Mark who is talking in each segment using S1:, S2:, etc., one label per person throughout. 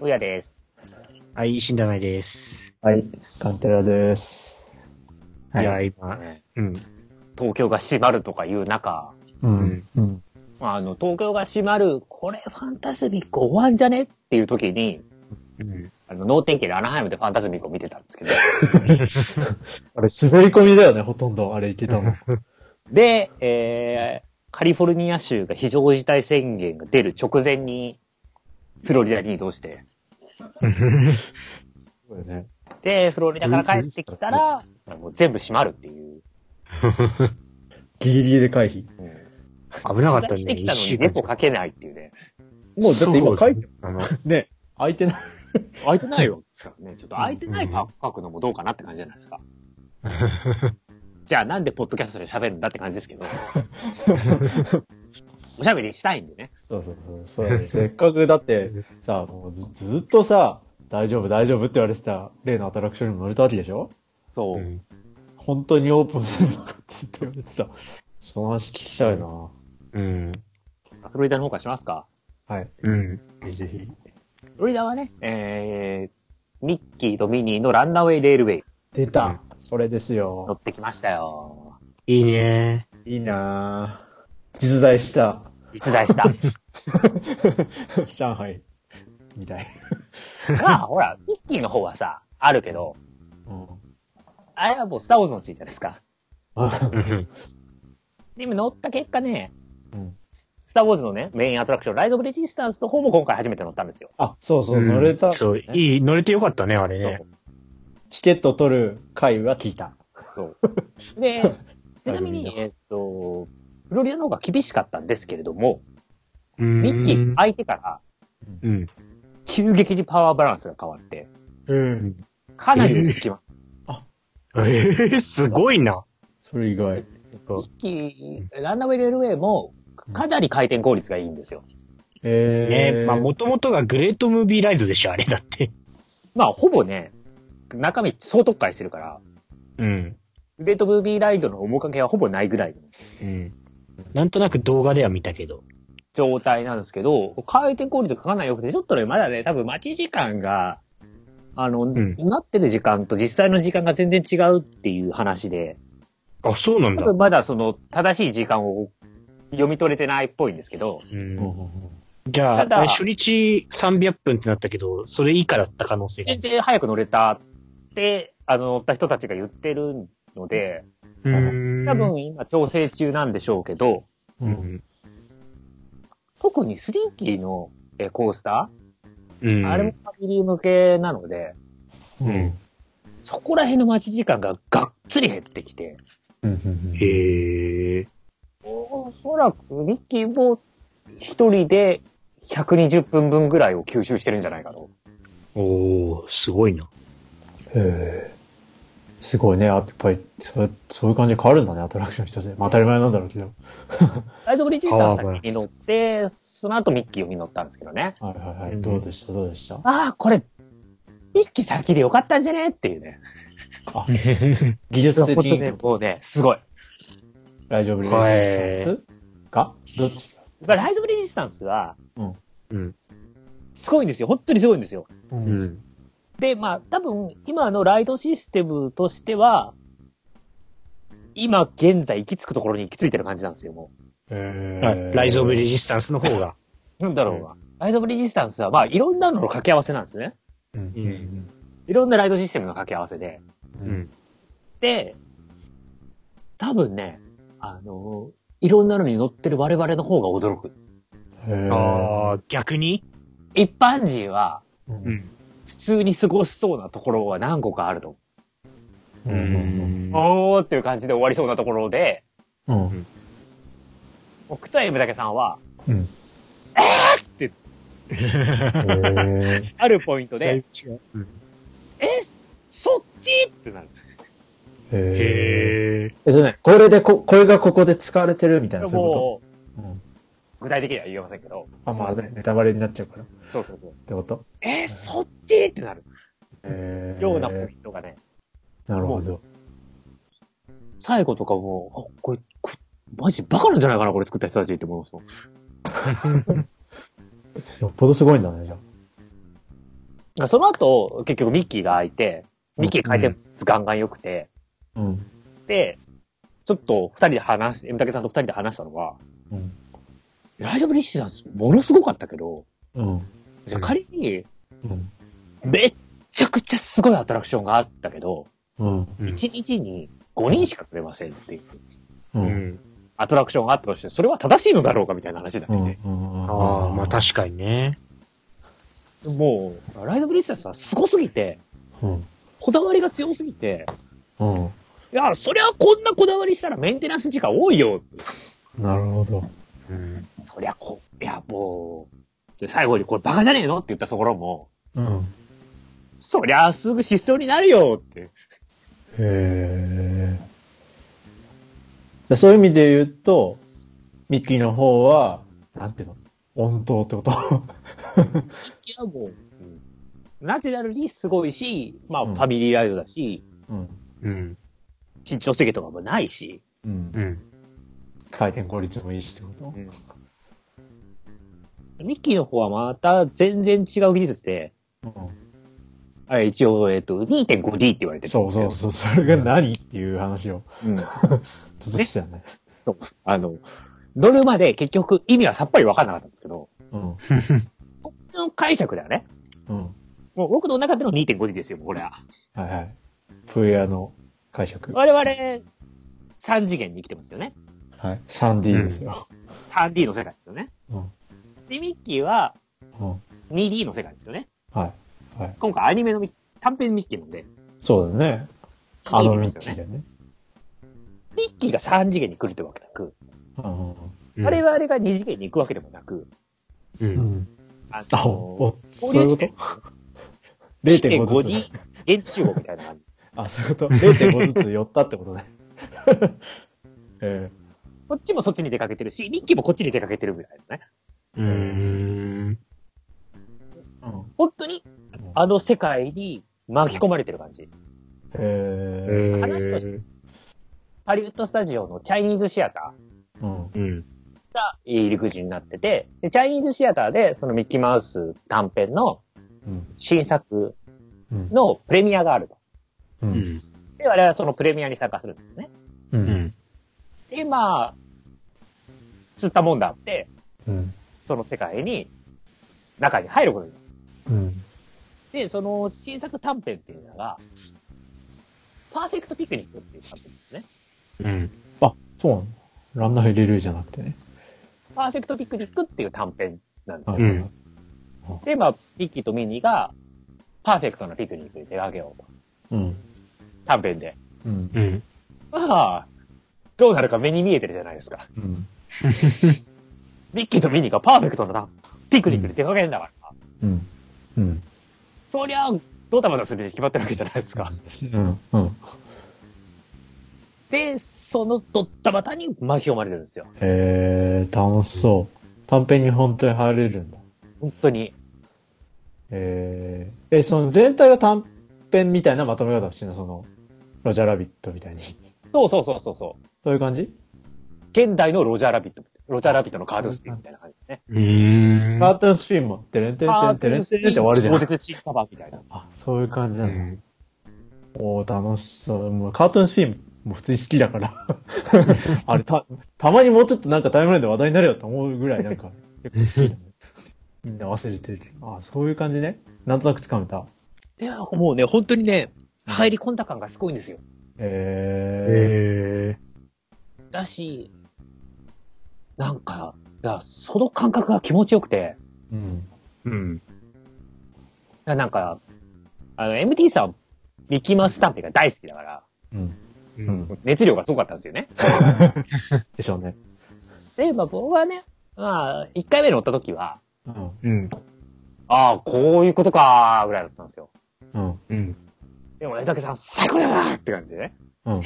S1: うやです。
S2: はい、死んだないです。
S3: はい、カンテラです。
S2: い、や、今、うん。
S1: 東京が閉まるとかいう中、
S3: う
S2: うん
S3: ん、うん。
S1: あの、東京が閉まる、これファンタズミック終わんじゃねっていう時に、
S2: うん。
S1: あの、脳天気でアナハイムでファンタズミックを見てたんです けど、
S3: あれ、滑り込みだよね、ほとんど。あれ、いけたの。
S1: で、えー、カリフォルニア州が非常事態宣言が出る直前に、フロリダに移動して、
S3: そうだよね。
S1: で、フロリダから帰ってきたら、もう全部閉まるっていう。
S3: ギリギリで回避。
S1: うん、
S2: 危なかった
S1: 取材して
S2: ね、
S1: き
S2: 一
S1: たのに
S2: 週
S1: レ
S2: 間。
S1: ポかけないっていうね。
S3: もう、だって今、
S2: そ
S3: 回
S2: う
S3: 避
S2: ですね、あの、
S3: ね、空いてない。
S1: 空いてないよ。ね、ちょっと空いてないパーク書くのもどうかなって感じじゃないですか。 じゃあなんでポッドキャストで喋るんだって感じですけ ど。おしゃべりしたいんでね。
S3: そうそうそう、そうだね。せっかくだって、さ、もうずずっとさ、大丈夫、大丈夫って言われてた例のアトラクションにも乗れたわけでしょ
S1: そう。
S2: うん
S3: 本当にオープンするのかってずっと言われてた。その話聞きたいな
S2: うん。
S1: フロリダの方からしますか。
S3: はい。
S2: うん。
S3: ぜひ。
S1: フロリダはね、えー、ミッキーとミニーのランナーウェイレールウェイ
S3: 出た、それです
S1: 乗
S3: よ。
S1: ってきましたよ。
S2: いいね
S3: いいなぁ。実在した。
S1: 実在 した。
S3: 上海。みたい。
S1: まあ、ほら、ミッキーの方はさ、あるけど、
S3: うん。
S1: あれはもうスターウォーズのシーンじゃないですか。
S3: あ
S2: うん。
S1: で、今乗った結果ね、
S3: うん
S1: スターウォーズのね、メインアトラクション、ライドオブレジスタンスの方も今回初めて乗ったんですよ。
S3: あ、そうそう、
S2: うん
S3: 乗れた。
S2: そう、いい、乗れてよかったね、あれね。
S3: チケット取る回は聞いた。
S1: そう。で、ちなみ
S3: な
S1: に
S3: る、ほど
S1: えっと、フロリダの方が厳しかったんですけれども、
S2: うん
S1: ミッキー相手から
S2: うん。
S1: 急激にパワーバランスが変わって、
S3: うん。
S1: かなり落ち着きま
S2: えー、すごいな。
S3: それ以外。
S2: そう
S1: す。ミッキー、ランナウェイレールウェイも、かなり回転効率がいいんですよ。
S3: え
S2: ね
S3: ー。
S2: まあ、もともとがグレートムービーライドでしょ、あれだって。
S1: まあ、ほぼね、中身総特化してるから、
S2: うん。
S1: グレートムービーライドの面影はほぼないぐらいの
S2: うん。なんとなく動画では見たけど。
S1: 状態なんですけど、回転効率がかなり良くて、ちょっとね、まだね、多分待ち時間が、あの、
S2: ん
S1: なってる時間と実際の時間が全然違うっていう話で、
S2: あ、そうなん
S1: 多
S2: だ。
S1: 分まだその、正しい時間を読み取れてないっぽいんですけど、
S2: う
S3: うん
S2: ん。
S3: うん
S2: じゃあ、
S1: ただ
S2: 初日300分ってなったけど、それ以下だった可能性が
S1: 全。然早く乗れたって、あの、乗った人たちが言ってるので、
S2: うーん
S1: 多。分今調整中なんでしょうけど、
S3: う。
S2: うんん。
S1: 特にスリーキーのえコースタ
S2: う
S1: ー、
S2: ん。
S1: あれもファミリー向けなので、
S3: うん。うん
S1: そこら辺の待ち時間ががっつり減ってきて、
S3: うんうん
S2: へえ。
S1: おそらくミッキーも一人で120分分ぐらいを吸収してるんじゃないかと。
S2: おー、すごいな。
S3: へーすごいね。やっぱり、そうそういう感じで変わるんだね、アトラクション一つで。まあ当たり前なんだろうけど。
S1: ライドブリッジスタンス
S2: あー
S1: に先に乗って、その後ミッキーを見に乗ったんですけどね。
S3: はいはいは
S2: うん
S3: い。どうでしたどうでした
S1: ああ、これ、ミッキー先でよかったんじゃねっていうね。
S3: 技術的
S1: ね、
S3: に
S1: もうね、すごい。
S3: 大丈夫
S2: はい
S3: ですかどっちか
S1: だからライドブリッジスタンスは、
S2: うん。
S1: すごいんですよ。本当にすごいんですよ。
S3: う
S2: うんん。
S1: で、まあ、多分、今のライドシステムとしては、今現在行き着くところに行き着いてる感じなんですよ、もう。
S3: へ
S2: あ
S3: ー
S2: ライズ・オブ・レジスタンスの方が。
S1: なんだろうが。ライドオブレジスタンスは、まあ、いろんなのの掛け合わせなんですね。
S3: うん
S1: いろんなライドシステムの掛け合わせで。
S3: う。
S2: うんん。
S1: で、多分ね、あの、いろんなのに乗ってる我々の方が驚く。
S3: へー
S2: ああ、逆に
S1: 一般人は、
S3: うん
S2: うん。
S1: 普通に過ごしそうなところは何個かあると。
S2: う
S3: う
S2: んん。
S1: おーっていう感じで終わりそうなところで、
S3: うん
S1: 僕とエムだけさんは、
S3: うん。へ
S1: あるポイントで、
S2: うん
S1: え、そっちってなる。
S3: え。へ
S2: へえ。
S3: え、じゃない。これでこ、これがここで使われてるみたいな、そういうこ
S1: もう、
S3: とうん。
S1: 具体的には言えませんけど、
S3: あ、まあね、ネタバレになっちゃうから。っ
S1: そうそうそう。
S3: てこと
S1: え、そっちってなる。
S3: へえ。
S1: ようなポイントがね、
S3: なるほど。
S1: 最後とかもう、あ、これ、これマジバカなんじゃないかな、これ作った人たちって思いますよ
S3: よっぽどすごいんだね、じゃあ。
S1: らその後、結局ミッキーが開いて、ミッキー回転率ガンガン良くて、
S3: うん。
S1: で、ちょっと二人で話し、M 竹さんと二人で話したのは、
S3: うん。
S1: ライジャブリッシーさん、ものすごかったけど、
S3: うん。
S1: じゃあ仮に、
S3: うん。
S1: めっちゃくちゃすごいアトラクションがあったけど、
S3: うん。
S2: うん
S1: 1日に5人しか来れませんっていう、
S3: う。
S2: うんん。
S1: アトラクションがあったとして、それは正しいのだろうかみたいな話だ
S3: う
S1: よ
S3: ん。
S1: ね。
S3: うん。
S2: ああ、まあ確かにね。
S1: もう、ライジャブリッシーさん、すごすぎて、
S3: うん。
S1: こだわりが強すぎて、
S3: うん。
S1: いや、そりゃこんなこだわりしたらメンテナンス時間多いよ。
S3: なるほど。
S2: うん。
S1: そりゃこ、いや、もう、で最後にこれバカじゃねえのって言ったところも、
S3: うん。
S1: そりゃすぐ失踪になるよって。
S3: へえ。そういう意味で言うと、ミッキーの方は、なんていうの温当ってこと
S1: いや、もう、うんナチュラルにすごいし、まあ、
S3: う
S1: フ
S3: ん
S1: ァミリーライドだし、
S3: うん。
S2: うん。
S1: 身長制限とかもないし、
S3: うん
S2: う。ん。
S3: 回転効率もいいしってこと
S1: ミッキーの方はまた全然違う技術で、
S3: うん。
S1: あれ一応、えっ、と、2.5D って言われてる
S3: そうそうそう。それが何っていう話を
S1: う。うん。
S3: ずっとしてたよね。
S1: あの、乗るまで結局意味はさっぱりわかんなかったんですけど、
S3: うん。
S1: こっちの解釈だよね。
S3: うん。
S1: もう僕の中での 2.5D ですよ、もうこれは。
S3: はいはい。プレイヤーの解釈。は
S1: 我々、3次元に生きてますよね。
S3: い。3D ですよ。
S1: 3D の世界ですよね。
S3: うん。
S1: で、ミッキーは
S3: うん。
S1: 2D の世界ですよね。
S3: はい。はい。
S1: 今回アニメのミッ短編ミッキーなんで、
S3: そうだね。あの
S1: 2D
S3: ミ
S1: で
S3: ッ
S1: すよ
S3: キー
S1: ね。
S3: だね。
S1: ミッキーが3次元に来るってわけなく、
S3: うん。
S1: 我々が2次元に行くわけでもなく、
S2: う。
S3: うんん。
S1: あ
S3: あ、
S1: の
S3: お、そういうこと ?0.5 ずつ、
S1: 0.5D 現地集合みたいな感じ。
S3: あ、そういうこと ?0.5 ずつ寄ったってことね。え
S1: こっちもそっちに出かけてるし、ミッキーもこっちに出かけてるみたいなね。
S2: うん。
S3: えうん。
S1: 本当に、あの世界に巻き込まれてる感じ。
S3: え
S2: え
S1: 話としてハリウッドスタジオのチャイニーズシアター。
S3: ーうん。
S2: うん。
S1: が入り口になってて、でチャイニーズシアターで、そのミッキーマウス短編の
S3: うん。
S1: 新作
S3: うん。
S1: のプレミアがあると。
S3: う。
S2: うんん。
S1: で、我々はそのプレミアに参加するんですね。
S3: う。
S2: うんん。
S1: で、まあ、釣ったもんだって、
S3: うん。
S1: その世界に、中に入ることになる。
S3: うん。
S1: で、その新作短編っていうのが、パーフェクトピクニックっていう短編ですね。
S2: うん。
S3: あ、そうなのランナー入れるじゃなくてね。
S1: パーフェクトピクニックっていう短編なんです
S3: は
S1: よ。
S3: いはいはい。
S1: で、まあ、ミッキーとミニーが、パーフェクトなピクニックに出かけようと。
S3: うん。
S1: 短編で。
S3: うん。
S2: うん。
S1: まあ、どうなるか目に見えてるじゃないですか。
S3: うん。
S1: ミッキーとミニーがパーフェクトなピクニックに出かけるんだから。
S3: うん。うん。
S1: そりゃ、ドタバタするに決まってるわけじゃないですか。
S3: うん。うん。
S1: で、そのドタバタに巻き込まれるんですよ。
S3: えー、楽しそう。短編に本当に入れるんだ。
S1: 本当に。
S3: えー、え、その全体が短編みたいなまとめ方をしてるのその、ロジャーラビットみたいに。
S1: そうそうそうそうそう。
S3: そういう感じ、
S1: 現代のロジャーラビット。ロジャーラビットのカードスピンみたいな感じですね。
S2: うん。
S3: カートゥーンスピンも、てれんてんてんてれんてんてんって終わるじゃ
S1: 超
S3: ん。
S1: 絶シーンカバーみたいな。
S3: あ、そういう感じ
S2: う
S3: なんだ。
S2: ん。
S3: おー、楽しそう。もうカートゥーンスピンも普通に好きだから。あれ、た、たまにもうちょっとなんかタイムラインで話題になるよと思うぐらいなんか、結構好きだね。みんな忘れてる。あ、そういう感じね。なんとなくつかめた。
S1: で、もうね、本当にね、入り込んだ感がすごいんですよ。
S3: え
S2: え
S1: だし、なんか、いやその感覚が気持ちよくて、
S3: ー、うん。
S2: ー。うん。
S1: いやなんか、あの、MT さん、ミッキーマウス短編が大好きだから、
S3: うん。
S2: う
S3: うんん。
S1: 熱量がすごかったんですよね。
S3: でしょうね。
S1: で、まあ僕はね、まあ、1回目に乗った時は、
S3: うん。
S2: うん。
S1: ああ、こういうことかー、ぐらいだったんですよ。
S3: うん。
S2: うん。
S1: でも、江竹さん、最高だなーって感じでね。
S3: うん。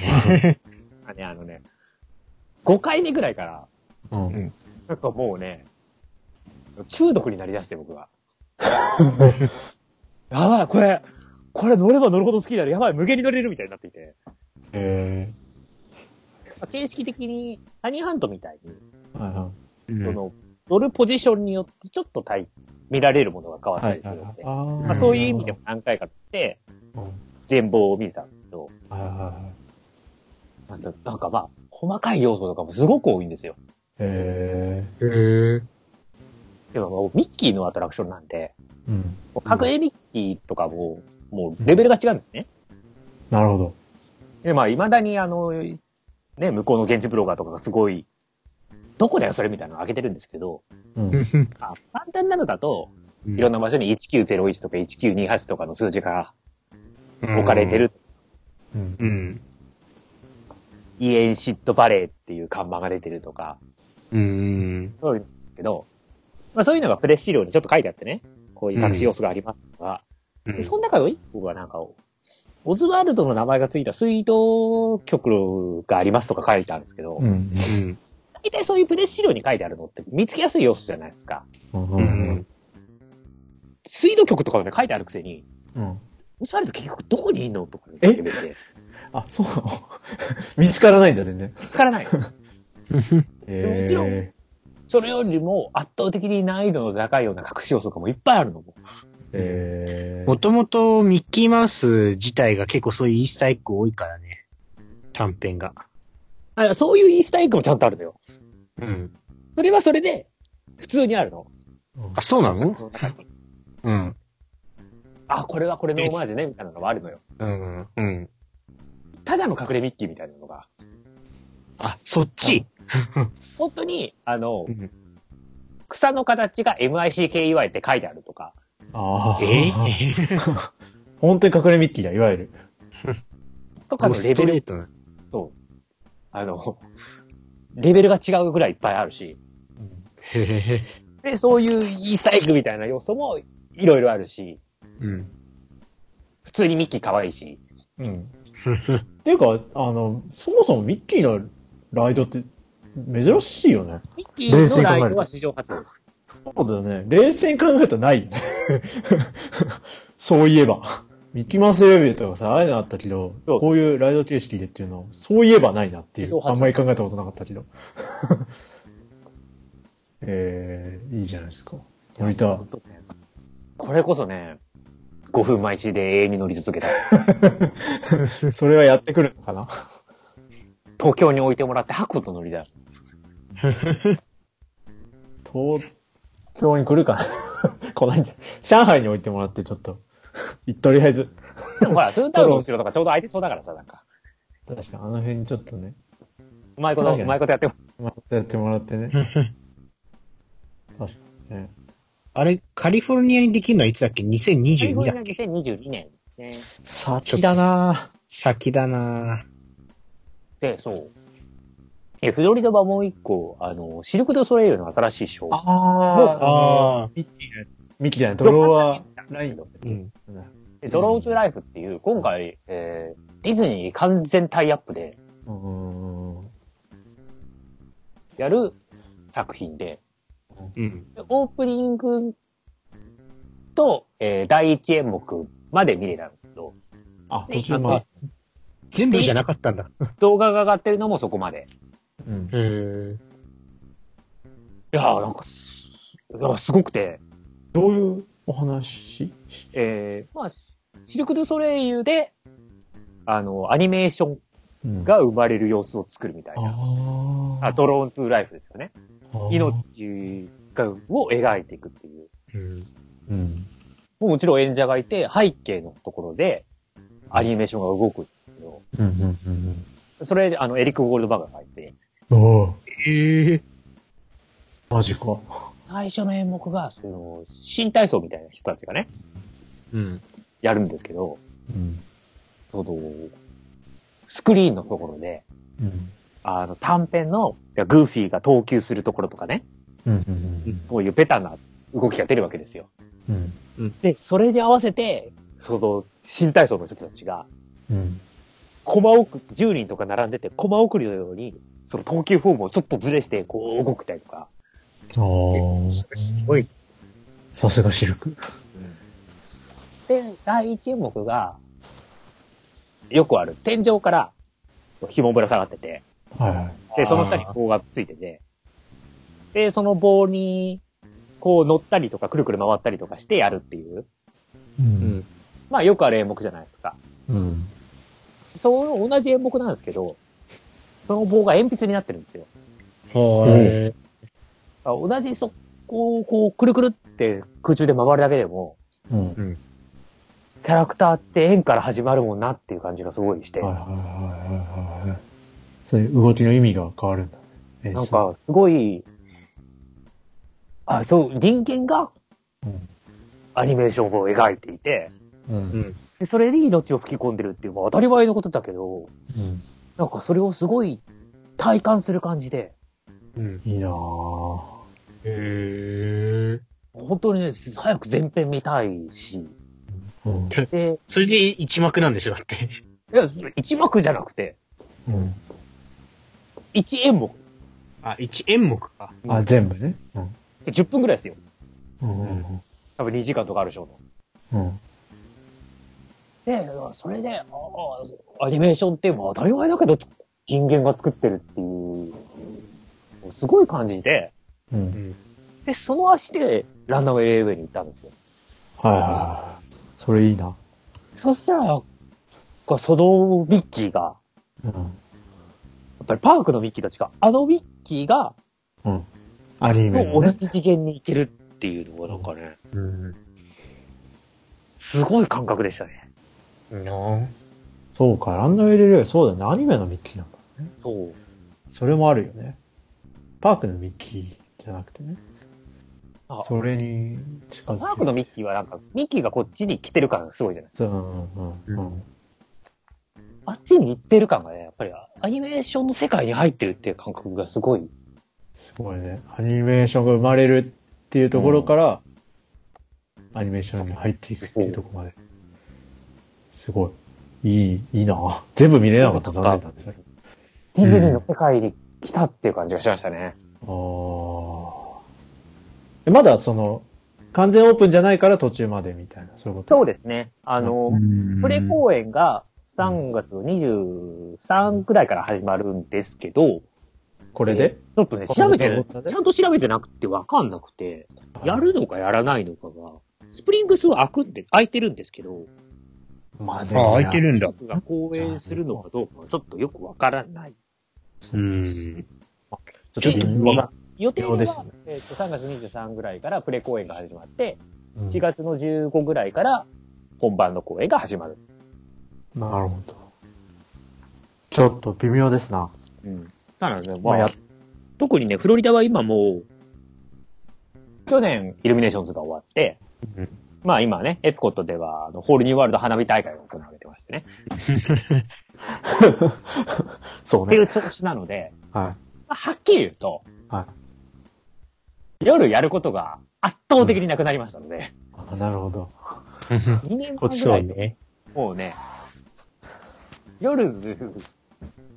S1: あね、あのね、5回目ぐらいから、
S3: うん。
S1: なんかもうね、中毒になりだして僕 は。やばい、これ、これ乗れば乗るほど好きになる。やばい、無限に乗れるみたいになっていて。
S3: え
S1: まあ形式的に、ハニーハントみたいに、
S3: ー。はいは
S2: うん
S1: その、乗るポジションによってちょっと体見られるものが変わった
S3: はい
S1: りす
S3: はい
S1: る
S3: は
S1: の
S3: い
S1: で、。
S3: あー
S1: まあ、そういう意味でも。何回か来て、
S3: うんはい
S1: 全貌を見てたんですけど、
S3: はいはい。
S1: なんかなんかまあ、細かい要素とかもすごく多いんですよ。
S3: へ
S2: へえ。
S1: でももうミッキーのアトラクションなんで、
S3: え。うん。
S1: もう各エミッキーとかも、もうレベルが違うんですね。
S3: なるほど。
S1: で、まあ、未だにあの、ね、向こうの現地ブロガーとかがすごい、どこだよそれみたいなのを上げてるんですけど、
S3: うん。
S1: あ簡単なのだと、
S2: い
S1: いろん
S2: な
S1: な場所に1901とか1928とかの数字が置かれて。る、
S3: うん。
S2: うん。
S1: イエンシットバレーっていう看板が出てるとか、
S2: うん。
S1: そういうんですけど、まあそういうのがプレス資料にちょっと書いてあってね、こういう隠し要素がありますとか、
S2: うん
S1: でその中の一個がなんか、オズワルドの名前がついた水道局がありますとか書いてあるんですけど、
S3: うん。
S2: うん。
S1: 大体そういうプレス資料に書いてあるのって見つけやすい要素じゃないですか。
S3: うん。
S2: う
S3: うんん。。
S1: 水道局とかもね、書いてあるくせに、
S3: うん。
S1: オズワルド結局どこにいんのとかね言ってくれて、
S3: あ、そうなの 見つからないんだ、全然。
S1: 見つからない。
S3: へ
S1: もちろんそれよりも圧倒的に難易度の高いような隠し要素とかもいっぱいあるのも。
S3: え
S2: もともとミッキーマウス自体が結構そういうイースターエッグ多いからね。短編が。
S1: あそういうイースターエッグもちゃんとあるのよ。
S2: うん。
S1: それはそれで、普通にあるの。
S2: あ、そうなのうん。
S1: あ、これはこれのオマージュね、みたいなのはあるのよ。
S2: うん。うん。
S1: ただの隠れミッキーみたいなのが。
S2: あ、そっち
S1: 本当に、あの
S2: う、ん
S1: 草の形が MICKEY って書いてあるとか、
S3: ああ。
S2: え
S3: 本当に隠れミッキーだ、いわゆる。
S1: とか
S2: ー、
S1: のレ
S2: ス
S1: ベ
S2: トレー
S1: ル
S2: トな。
S1: と、あの、レベルが違うぐらいいっぱいあるし、
S2: へへへ。
S1: で、そういうイースターエッグみたいな要素もいろいろあるし、
S2: うん。
S1: 普通にミッキー可愛いし、
S3: うん。っていうか、あの、そもそもミッキーのライドって珍しいよね。
S1: ミッキーのライドは史上初です。
S3: そうだよね。冷静に考えたらないよ ね。そういえば。ミッキーマウスレビューとかさ、ああいうのあったけど、
S1: そう
S3: こういうライド形式でっていうの、そういえばないなってい
S1: そう
S3: う。
S1: 初
S3: あんまり考えたことなかったけど。 えー、いいじゃないですか。乗りたい。
S1: これこそね、5分毎日で永遠に乗り続けたい。
S3: それはやってくるのかな
S1: 東京に置いてもらって白と乗りたい。
S3: 東京に来るかな 来ないんだ。上海に置いてもらって、ちょっと。いとりあえず。
S1: でもほら、トゥーンタウンの後ろとかちょうど空いてそうだからさ、なんか。
S3: 確かに、あの辺にちょっとね、
S1: うまいこと、
S3: 確か
S1: う
S3: に
S1: まいことやっても
S3: またやってもらってね。確かにね。
S2: あれ、カリフォルニアにできるのはいつだっけ ?2022 だっけ
S1: 2022年ね。
S3: 先だな
S2: 先だな
S1: で、そう。え、フロリダはもう一個、あの、シルク・ドゥ・ソレイユの新しいショー。
S3: あ
S2: あ。
S3: ミッキーね。ミッキーじゃない、ドロワーラインド。
S2: うん。
S1: でドロー・トゥ・ライフっていう、今回、えー、ディズニー完全タイアップで
S3: うーん。
S1: やる作品で、
S2: うん。
S1: でオープニングと、えー第一演目まで見れたんですけど、
S3: あ、
S1: で
S3: 途中まで。
S2: 全部じゃなかったんだ。
S1: 動画が上がってるのもそこまで。
S3: うん。
S2: へ
S1: いやーなんかす、いやすごくて、
S3: どういうお話
S1: えー、まあ、シルク・ドゥ・ソレイユで、あの、アニメーション
S3: うん
S1: が生まれる様子を作るみたいな。
S3: あ
S1: あ、ドローン・トゥ・ライフですよね。
S3: あ。
S1: 命がを描いていくっていう。
S2: うん。
S3: うん。
S1: もうもちろん演者がいて、背景のところで、アニメーションが動くんですけど、
S3: うん、うん、うん
S1: それで、あの、エリック・ゴールドバーグが入って、
S3: うん。あ
S2: へえ。
S3: あ、マジか。
S1: 最初の演目が、その、新体操みたいな人たちがね、
S2: うん。
S1: やるんですけど、
S3: うん。
S1: その、スクリーンのところで、
S3: うん。
S1: あの、短編の、いやグーフィーが投球するところとかね、
S3: うん、うん、
S1: こういうベタな動きが出るわけですよ。
S3: うん。
S1: で、それに合わせて、その、新体操の人たちが、
S3: うん。
S1: コマ送り、10人とか並んでて、コマ送りのように、その投球フォームをちょっとずれして、こう動くたりとか、
S3: ああ。
S2: それすごい。
S3: さすがシルク。
S1: で、第一演目が、よくある、天井から、紐ぶら下がってて、
S3: はいはい。
S1: で、その下に棒がついてて、で、その棒に、こう乗ったりとか、くるくる回ったりとかしてやるっていう。
S3: う。
S2: うんん。
S1: まあよくある演目じゃないですか。
S3: うん。
S1: そう、同じ演目なんですけど、その棒が鉛筆になってるんですよ。
S2: はい。
S1: あ同じ速攻をこう、くるくるって空中で回るだけでも、
S3: うん。
S1: キャラクターって円から始まるもんなっていう感じがすごいして、
S3: はいはい
S1: な
S3: はいはいはい。そういう動きの意味が変わるんだ。えー
S1: ん、かすごい、あ、そう、人間が
S3: そううん。
S1: アニメーションを描いていて、
S3: う。
S2: うんん。
S1: でそれに命を吹き込んでるっていう、まあ当たり前のことだけど、
S3: うん。
S1: なんかそれをすごい体感する感じで、
S2: うん。
S3: いいなぁ。
S2: へえ。
S1: 本当にね、早く前編見たいし、
S3: うん。
S1: で、
S2: それで一幕なんでしょだって。
S1: いや、一幕じゃなくて、
S3: うん。
S1: 一演目。
S2: あ、一演目か。
S3: あ、全部ね。うん。
S1: で10分くらいですよ。
S3: うんうん
S1: 多分2時間とかあるでしょうね。
S3: うん。うん。
S1: で、それで、ああ、アニメーションってもう当たり前だけど、人間が作ってるっていう、すごい感じで、
S3: う。
S2: うんん。
S1: で、その足でランダム AAV に行ったんですよ。
S3: はいはいはい。それいいな。
S1: そしたら、そのミッキーが、
S3: うん。
S1: やっぱりパークのミッキーたちが、あのミッキーが、
S3: うん。アニメ
S1: も
S3: の
S1: う同
S3: ね。
S1: じ次元に行けるっていうのがなんかね、
S2: うん。
S1: すごい感覚でしたね。
S2: なあ。
S3: そうか、ランダム入れるよりそうだね。アニメのミッキーなんだ。
S1: そう。
S3: それもあるよね。パークのミッキーじゃなくてね。
S1: あ
S3: それに近づいて。
S1: パークのミッキーはなんか、ミッキーがこっちに来てる感がすごいじゃないですか。
S3: そう、うんうんうん。
S1: あっちに行ってる感がね、やっぱりアニメーションの世界に入ってるっていう感覚がすごい
S3: すごいね。アニメーションが生まれるっていうところから、アニメーションに入っていくっていうところまで。すごい。いい、いいな全部見れなかった残念だね。
S1: ディズニーの世界に来たっていう感じがしましたね。
S3: ああ。まだその、完全オープンじゃないから途中までみたいな、そういうこと。
S1: そうですね。あの、プレ公演が3月23くらいから始まるんですけど、
S3: これで、
S1: ちょっとね、調べて
S3: こ
S1: な
S3: このここね
S1: ちゃんと調べてなくてわかんなくて、やるのかやらないのかが、スプリングスは開くんで、開いてるんですけど、
S3: まあ、
S2: あ、開いてるんだ
S1: 近。くが公演するのかどうかはちょっとよくわからない。
S2: うん。
S3: ちょっと微妙な。
S1: 予定では、
S3: そうですね
S1: えっと3月23ぐらいからプレ公演が始まって、
S3: うん
S1: 4月の15ぐらいから本番の公演が始まる。
S3: なるほど。ちょっと微妙ですな。
S1: うん。なので、
S3: ま
S1: ま
S3: あ、
S1: あ、
S3: や、
S1: 特にね、フロリダは今もう、去年、イルミネーションズが終わって、
S2: うん
S1: まあ今ね、エピコットでは、あの、ホールニューワールド花火大会が行われてましてね。
S3: そう
S1: ってい
S3: ね。
S1: う調子なので、
S3: は
S1: まあ、はっきり言うと、
S3: い。はい。
S1: 夜やることが圧倒的になくなりましたので、
S3: あなるほど。
S1: 2年
S2: こ
S1: 間
S2: っち
S1: ぐら、
S2: はいね。
S1: もうね、夜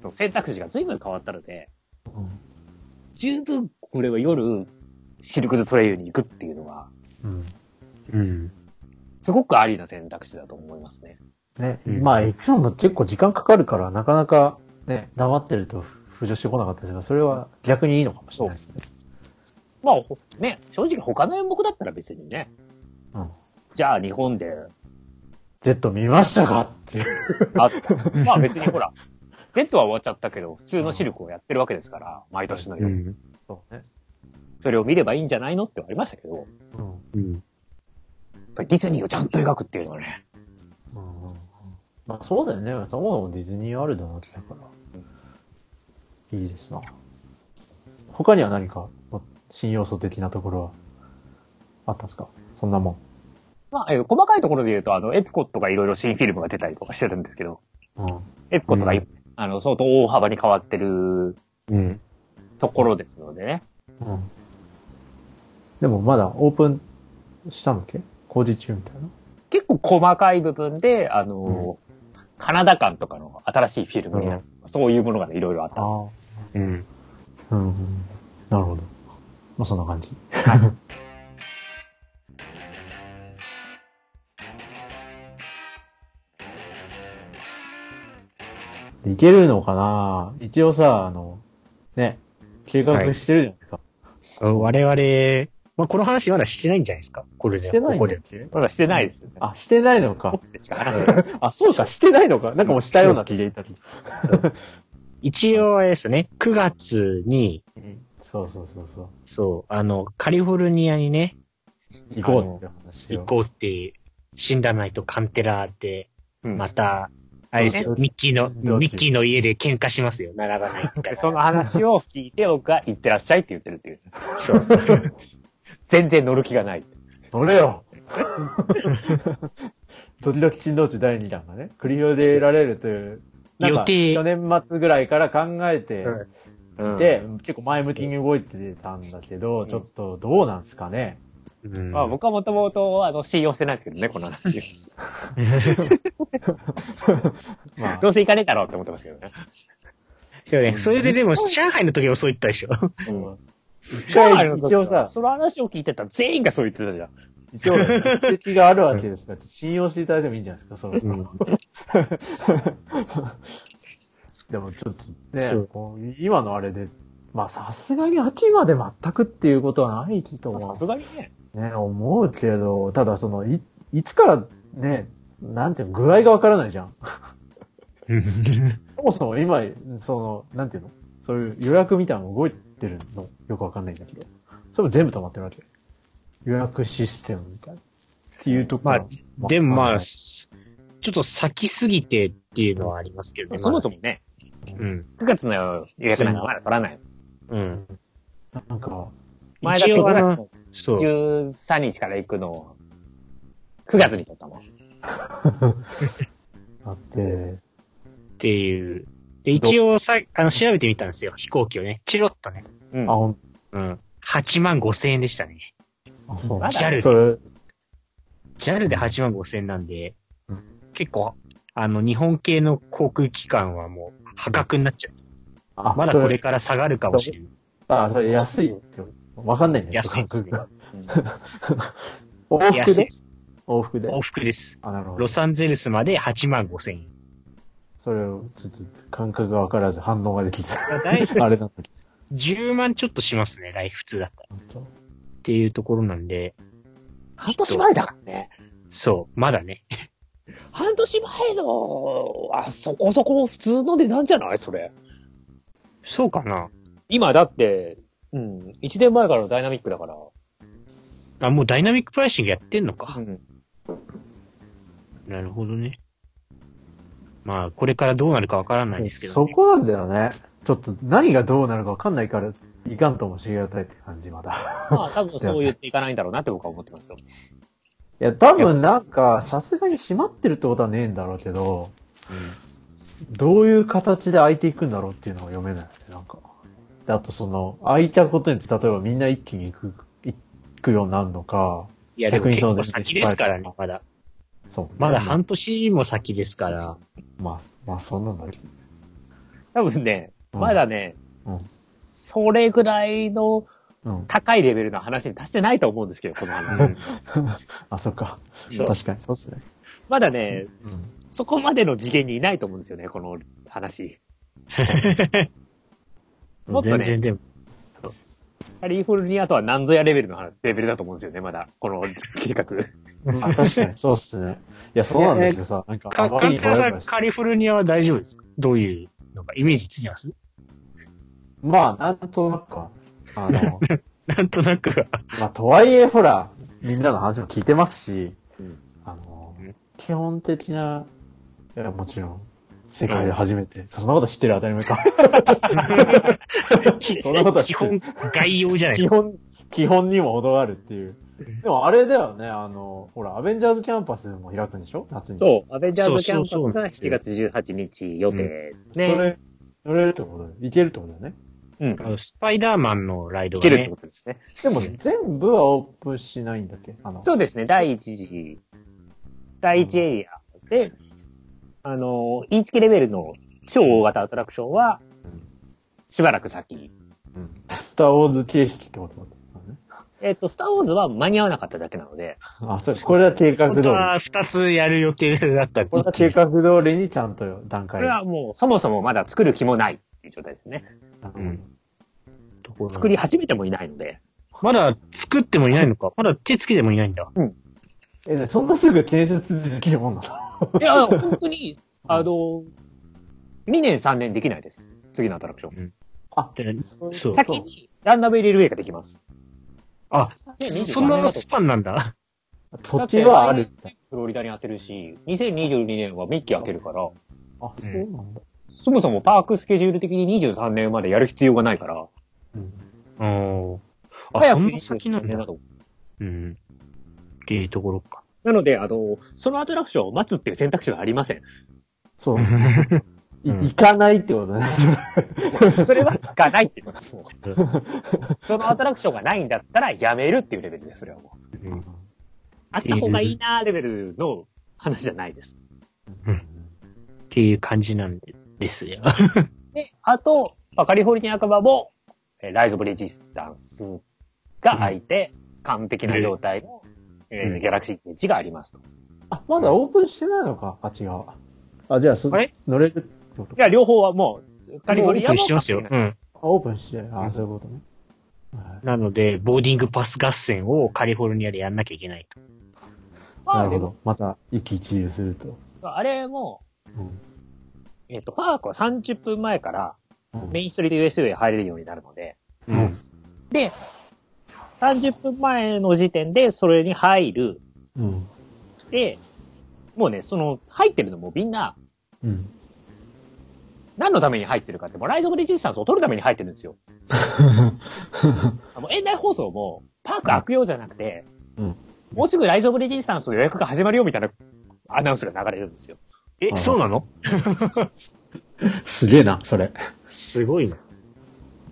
S1: の選択肢が随分変わったので、十分これは夜、シルク・ドゥ・トレイユに行くっていうのは、
S3: うん。
S2: うん。
S1: すごくありな選択肢だと思いますね。
S3: ね、
S2: うん
S3: まあ、行くのも結構時間かかるから、なかなかね、黙ってると浮上してこなかったですが、それは逆にいいのかもしれないですね。
S1: まあ、ほね、正直他の演目だったら別にね、
S3: うん。
S1: じゃあ日本で、
S3: Z 見ましたかっていう。
S1: あった。まあ別にほら、Z は終わっちゃったけど、普通のシルクをやってるわけですから、毎年のよ
S2: う
S1: うに。
S2: ん。
S3: そうね。
S1: それを見ればいいんじゃないのってはありましたけど、や
S3: うん。うん
S2: うん。
S1: っぱりディズニーをちゃんと描くっていうのはね、
S3: うんうんまあ、そうだよね。そもそもディズニーワールドなわけだから。いいですな。他には何か、新要素的なところは、あったんですかそんなも
S1: まあ、えー細かいところで言うと、あの、エピコットがいろいろ新フィルムが出たりとかしてるんですけど、
S3: ん。うん。
S1: エピコットがい、
S2: うん
S1: あの、相当大幅に変わってる
S2: うん。
S1: ところですのでね。
S3: うん。でもまだオープンしたんだっけ工事中みたいな。
S1: 結構細かい部分で、あの、カナダ館とかの新しいフィルムになる、そういうものがね、いろいろあった。
S3: あ
S2: うん。
S3: あ。うん、うん。なるほど。まあそんな感じ。 いけるのかな一応さ、あの、ね、計画してるじゃないですか。
S2: 我々まあ、この話まだしてないんじゃないですかこれで。
S3: してない
S2: ここ
S3: んだっ
S2: で。
S3: け
S1: まだしてないですよね。
S3: あ、してないのか。
S1: でしか話せない
S3: あ、そうか、してないのか。なんかもうしたような気がいたけど。
S2: 一応あれですね、9月に、
S3: そうそうそうそう。
S2: そう、あの、カリフォルニアにね、
S3: 行こうって話
S2: 行
S3: を。
S2: こうって、死んだないとカンテラで、
S1: うん
S2: また、あれですよ、ミッキーの、
S3: どっち
S2: ミッキーの家で喧嘩しますよ、並ばないか
S1: で
S2: ら。
S1: その話を聞いて、僕は行ってらっしゃいって言ってるっていう。
S2: そう。
S1: 全然乗る気がない。
S3: 乗れよ時々珍道中第2弾がね、繰り広げられるという、なん
S2: 予
S3: か
S2: 定
S3: 去年末ぐらいから考えて
S1: うん
S3: で、結構前向きに動いてたんだけど、
S1: ん
S3: ちょっとどうなんすかね。
S2: うん
S1: まあ僕はもともと、あの、信用してないですけどね、この話。
S3: まあ
S1: ど、うせ行かねえだろうって思ってますけどね。
S2: そうねそれででも、上海の時もそう言ったでしょ。
S3: うん一回一応さ、
S1: その話を聞いてたら全員がそう言ってたじゃん。
S3: 一応、実績があるわけですから、ちょっと信用していただいてもいいんじゃないですか、そのでもちょっとね
S2: そう、
S3: こう今のあれで、まあさすがに秋まで全くっていうことはないと
S1: さ
S3: は
S1: すがにね。
S3: ね、思うけど、ただその、い、いつからね、なんていうの、具合がわからないじゃん。そもそも今、その、なんていうのそういう予約みたいなの動いてるのよくわかんないんだけど。それも全部止まってるわけ。予約システムみたいな。っていうところ。
S2: まあ でもまあ、
S3: はい
S2: ちょっと先すぎてっていうのはありますけどね。
S1: そもそ
S2: も。
S1: もね、
S2: うん。
S1: 9月の予約なんかまだ取らない。
S2: うん。
S3: なんか、
S1: 前だけ
S2: 一応あ
S1: 9
S2: の
S1: 月
S2: そう。
S1: の13日から行くのを、9月に取ったもん。
S3: あって、
S2: っていう。で、一応さ、あの、調べてみたんですよ。飛行機をね。チロッとね。
S1: うん
S3: あ、ほん、
S2: うん。8万5千円でしたね。
S3: あ、そう
S1: まだ
S2: ジャル
S3: それ、
S2: JAL で8万5千円なんで
S3: う、
S2: 結構、あの、日本系の航空機関はもう破格になっちゃう。
S3: あ
S2: まだこれ。から下がるかもしれない。
S3: それあ、それ安いって。わかんないんだよ
S2: 安いですね
S3: 価格
S1: うん
S3: が往復
S2: 安い
S3: で
S2: です。
S3: 往復で。
S2: 往復です。
S3: あ、なるほど
S2: ロ。サンゼルスまで8万5千円。
S3: それを、ちょっと感覚がわからず反応ができず。
S2: や大
S3: あれなんだけ
S2: 10万ちょっとしますね、来普通だったら。
S3: ど。
S2: っていうところなんで、
S1: 半年前だからね。
S2: そう、まだね。
S1: 半年前の、あそこそこ普通の値段じゃないそれ。
S2: そうかな。
S1: 今だって、うん、1年前からのダイナミックだから。
S2: あ、もうダイナミックプライシングやってんのか。
S1: ん。
S2: なるほどね。まあ、これからどうなるかわからないですけど、
S3: そ
S2: ね。
S3: こなんだよね。ちょっと何がどうなるかわかんないから、いかんともしがたいって感じ、まだ。
S1: まあ多分そう言っていかないんだろうなって僕は思ってますよ。
S3: いや、多分なんか、さすがに閉まってるってことはねえんだろうけど、どういう形で開いていくんだろうっていうのが読めないよね、なんか。であとその、開いたことによって、例えばみんな一気に行く、行くようになるのか、
S2: いや、でも結構
S3: 逆にそうですね
S2: 先ですからね、まだ。
S3: そう。
S2: まだ半年も先ですから。
S3: まあ、まあ、そんなんだけど。
S1: 多分ね、
S3: うん
S1: まだね、
S3: うん
S1: それぐらいの
S3: うん。
S1: 高いレベルの話に達してないと思うんですけど、この話。
S3: あ、そっか。
S2: そう
S3: 確かに、そうっすね。
S1: まだね、
S3: うん。
S1: そこまでの次元にいないと思うんですよね、この話。 もっとね
S2: 全然でも。
S1: カリフォルニアとは何ぞやレベルの話レベルだと思うんですよね、まだ。この計画。
S3: あ、確かに、そうっすね。いや、そうなんだけどさ、なんか、
S2: か、
S3: あまりにも
S2: か
S3: や
S2: さ
S3: ば
S2: ん
S3: いし
S2: カリフォルニアは大丈夫ですかどういうのか、イメージついてます
S3: まあ、なんとなくは、あの、
S2: なんとなくは。
S3: まあ、とはいえ、ほら、みんなの話も聞いてますし、
S1: うん
S3: あの
S2: うん、
S3: 基本的な、いや、もちろん、世界で初めて、そんなこと知ってる当たり前か。そんなことは
S2: 基本、概要じゃないで
S3: 基
S2: すか。
S3: 本、基本にも程があるっていう。でも、あれだよね、あの、ほら、アベンジャーズキャンパスも開くんでしょ夏に。う。
S1: そう、アベンジャーズキャンパス
S2: そうそうそうな
S1: が
S2: んです
S1: 7
S2: よ
S1: 月18日予定。
S3: ね、それ、乗れるってことだよ。行けるってことだよね。
S1: うん。
S2: あのスパイダーマンのライド
S1: いけ
S2: が
S1: るって
S2: ね
S1: こ、とですね。
S3: でも、全部はオープンしないんだっけあの、
S1: そうですね、第一次、第一エリアで、あの、インチキレベルの超大型アトラクションは、しばらく先。
S3: スターウォーズ形式ってことだったのね。
S1: えっ、と、スターウォーズは間に合わなかっただけなので、
S3: あ、そう、これは計画通
S2: 本
S3: り
S2: 当。は二つやる予定だった
S3: これは計画通りにちゃんと段
S1: こ
S3: 階
S1: れはもう、そもそもまだ作る気もないっていう状態ですね。
S3: うん
S2: うん
S1: 作り始めてもいないので、
S2: まだ作ってもいないのか。まだ手つけてもいないんだ。
S3: え、そんなすぐ建設できるもんな の
S1: いや、本当に、あの、2年3年できないです。次のアトラクション。
S3: あ、
S2: で
S3: そう
S2: そう
S1: 先にランナーベイレールウェイができます。
S2: あ、
S1: で
S2: そ
S1: 25
S2: ん
S1: 年
S2: な
S1: は
S2: スパンなんだ。
S3: 土地はある。。
S1: フロリダに当てるし、2022年はミッキー開けるから、
S3: あ、そうなんだ。
S1: そもそもパークスケジュール的に23年までやる必要がないから、
S3: うん
S2: おーあ、
S1: 早
S2: そ
S1: く
S2: んな先なん
S1: 23年
S2: だ
S1: だ。と思
S2: うん。っていうところ か。
S1: うなので、あの、そのアトラクションを待つっていう選択肢はありません。
S3: そう。い
S2: うん
S3: 行かないってことね。
S1: それは、がないってことですもうそのアトラクションがないんだったらやめるっていうレベルです、それはもう。
S2: うん
S1: あった方がいいなーレベルの話じゃないです。
S2: っていう感じなんですよ。
S1: で、あと、まあカリフォルニアカバも、えーライズ・オブ・レジスタンスが空いて、完璧な状態の、えー
S2: うん
S1: ギャラクシー1がありますと。い
S3: あ、まだオープンしてないのか、あっち側。あ、じゃあ、そ
S2: あれ
S3: 乗れるってことか。
S1: や、両方はもう、カリフォルニア
S2: も
S1: も
S2: うオープンしてますよ。
S1: 完璧
S2: う。
S1: なん
S3: あオープンしてない。
S2: う
S3: あ、
S2: ん
S3: そういうことね。はい
S2: なので、ボーディングパス合戦をカリフォルニアでやんなきゃいけないと。
S1: ま
S3: な
S1: あ、
S3: る
S1: で
S3: ほ
S1: も、
S3: ど。また、一気一遊すると。
S1: あれも、
S3: うん
S1: えっ、と、パークは30分前から
S3: うん
S1: メインストリート USA 入れるようになるので、
S2: うん。
S1: で、30分前の時点でそれに入る。
S3: うん。
S1: で、もうね、その、入ってるのもみんな、
S3: うん。
S1: 何のために入ってるかって、もうライズ・オブ・レジスタンスを取るために入ってるんですよ。あの、園内放送も、パーク悪用じゃなくて、
S3: うん
S1: もうすぐライズ・オブ・レジスタンスの予約が始まるよみたいなアナウンスが流れるんですよ。
S2: え、そうなの
S3: すげえな、それ。
S2: すごいな。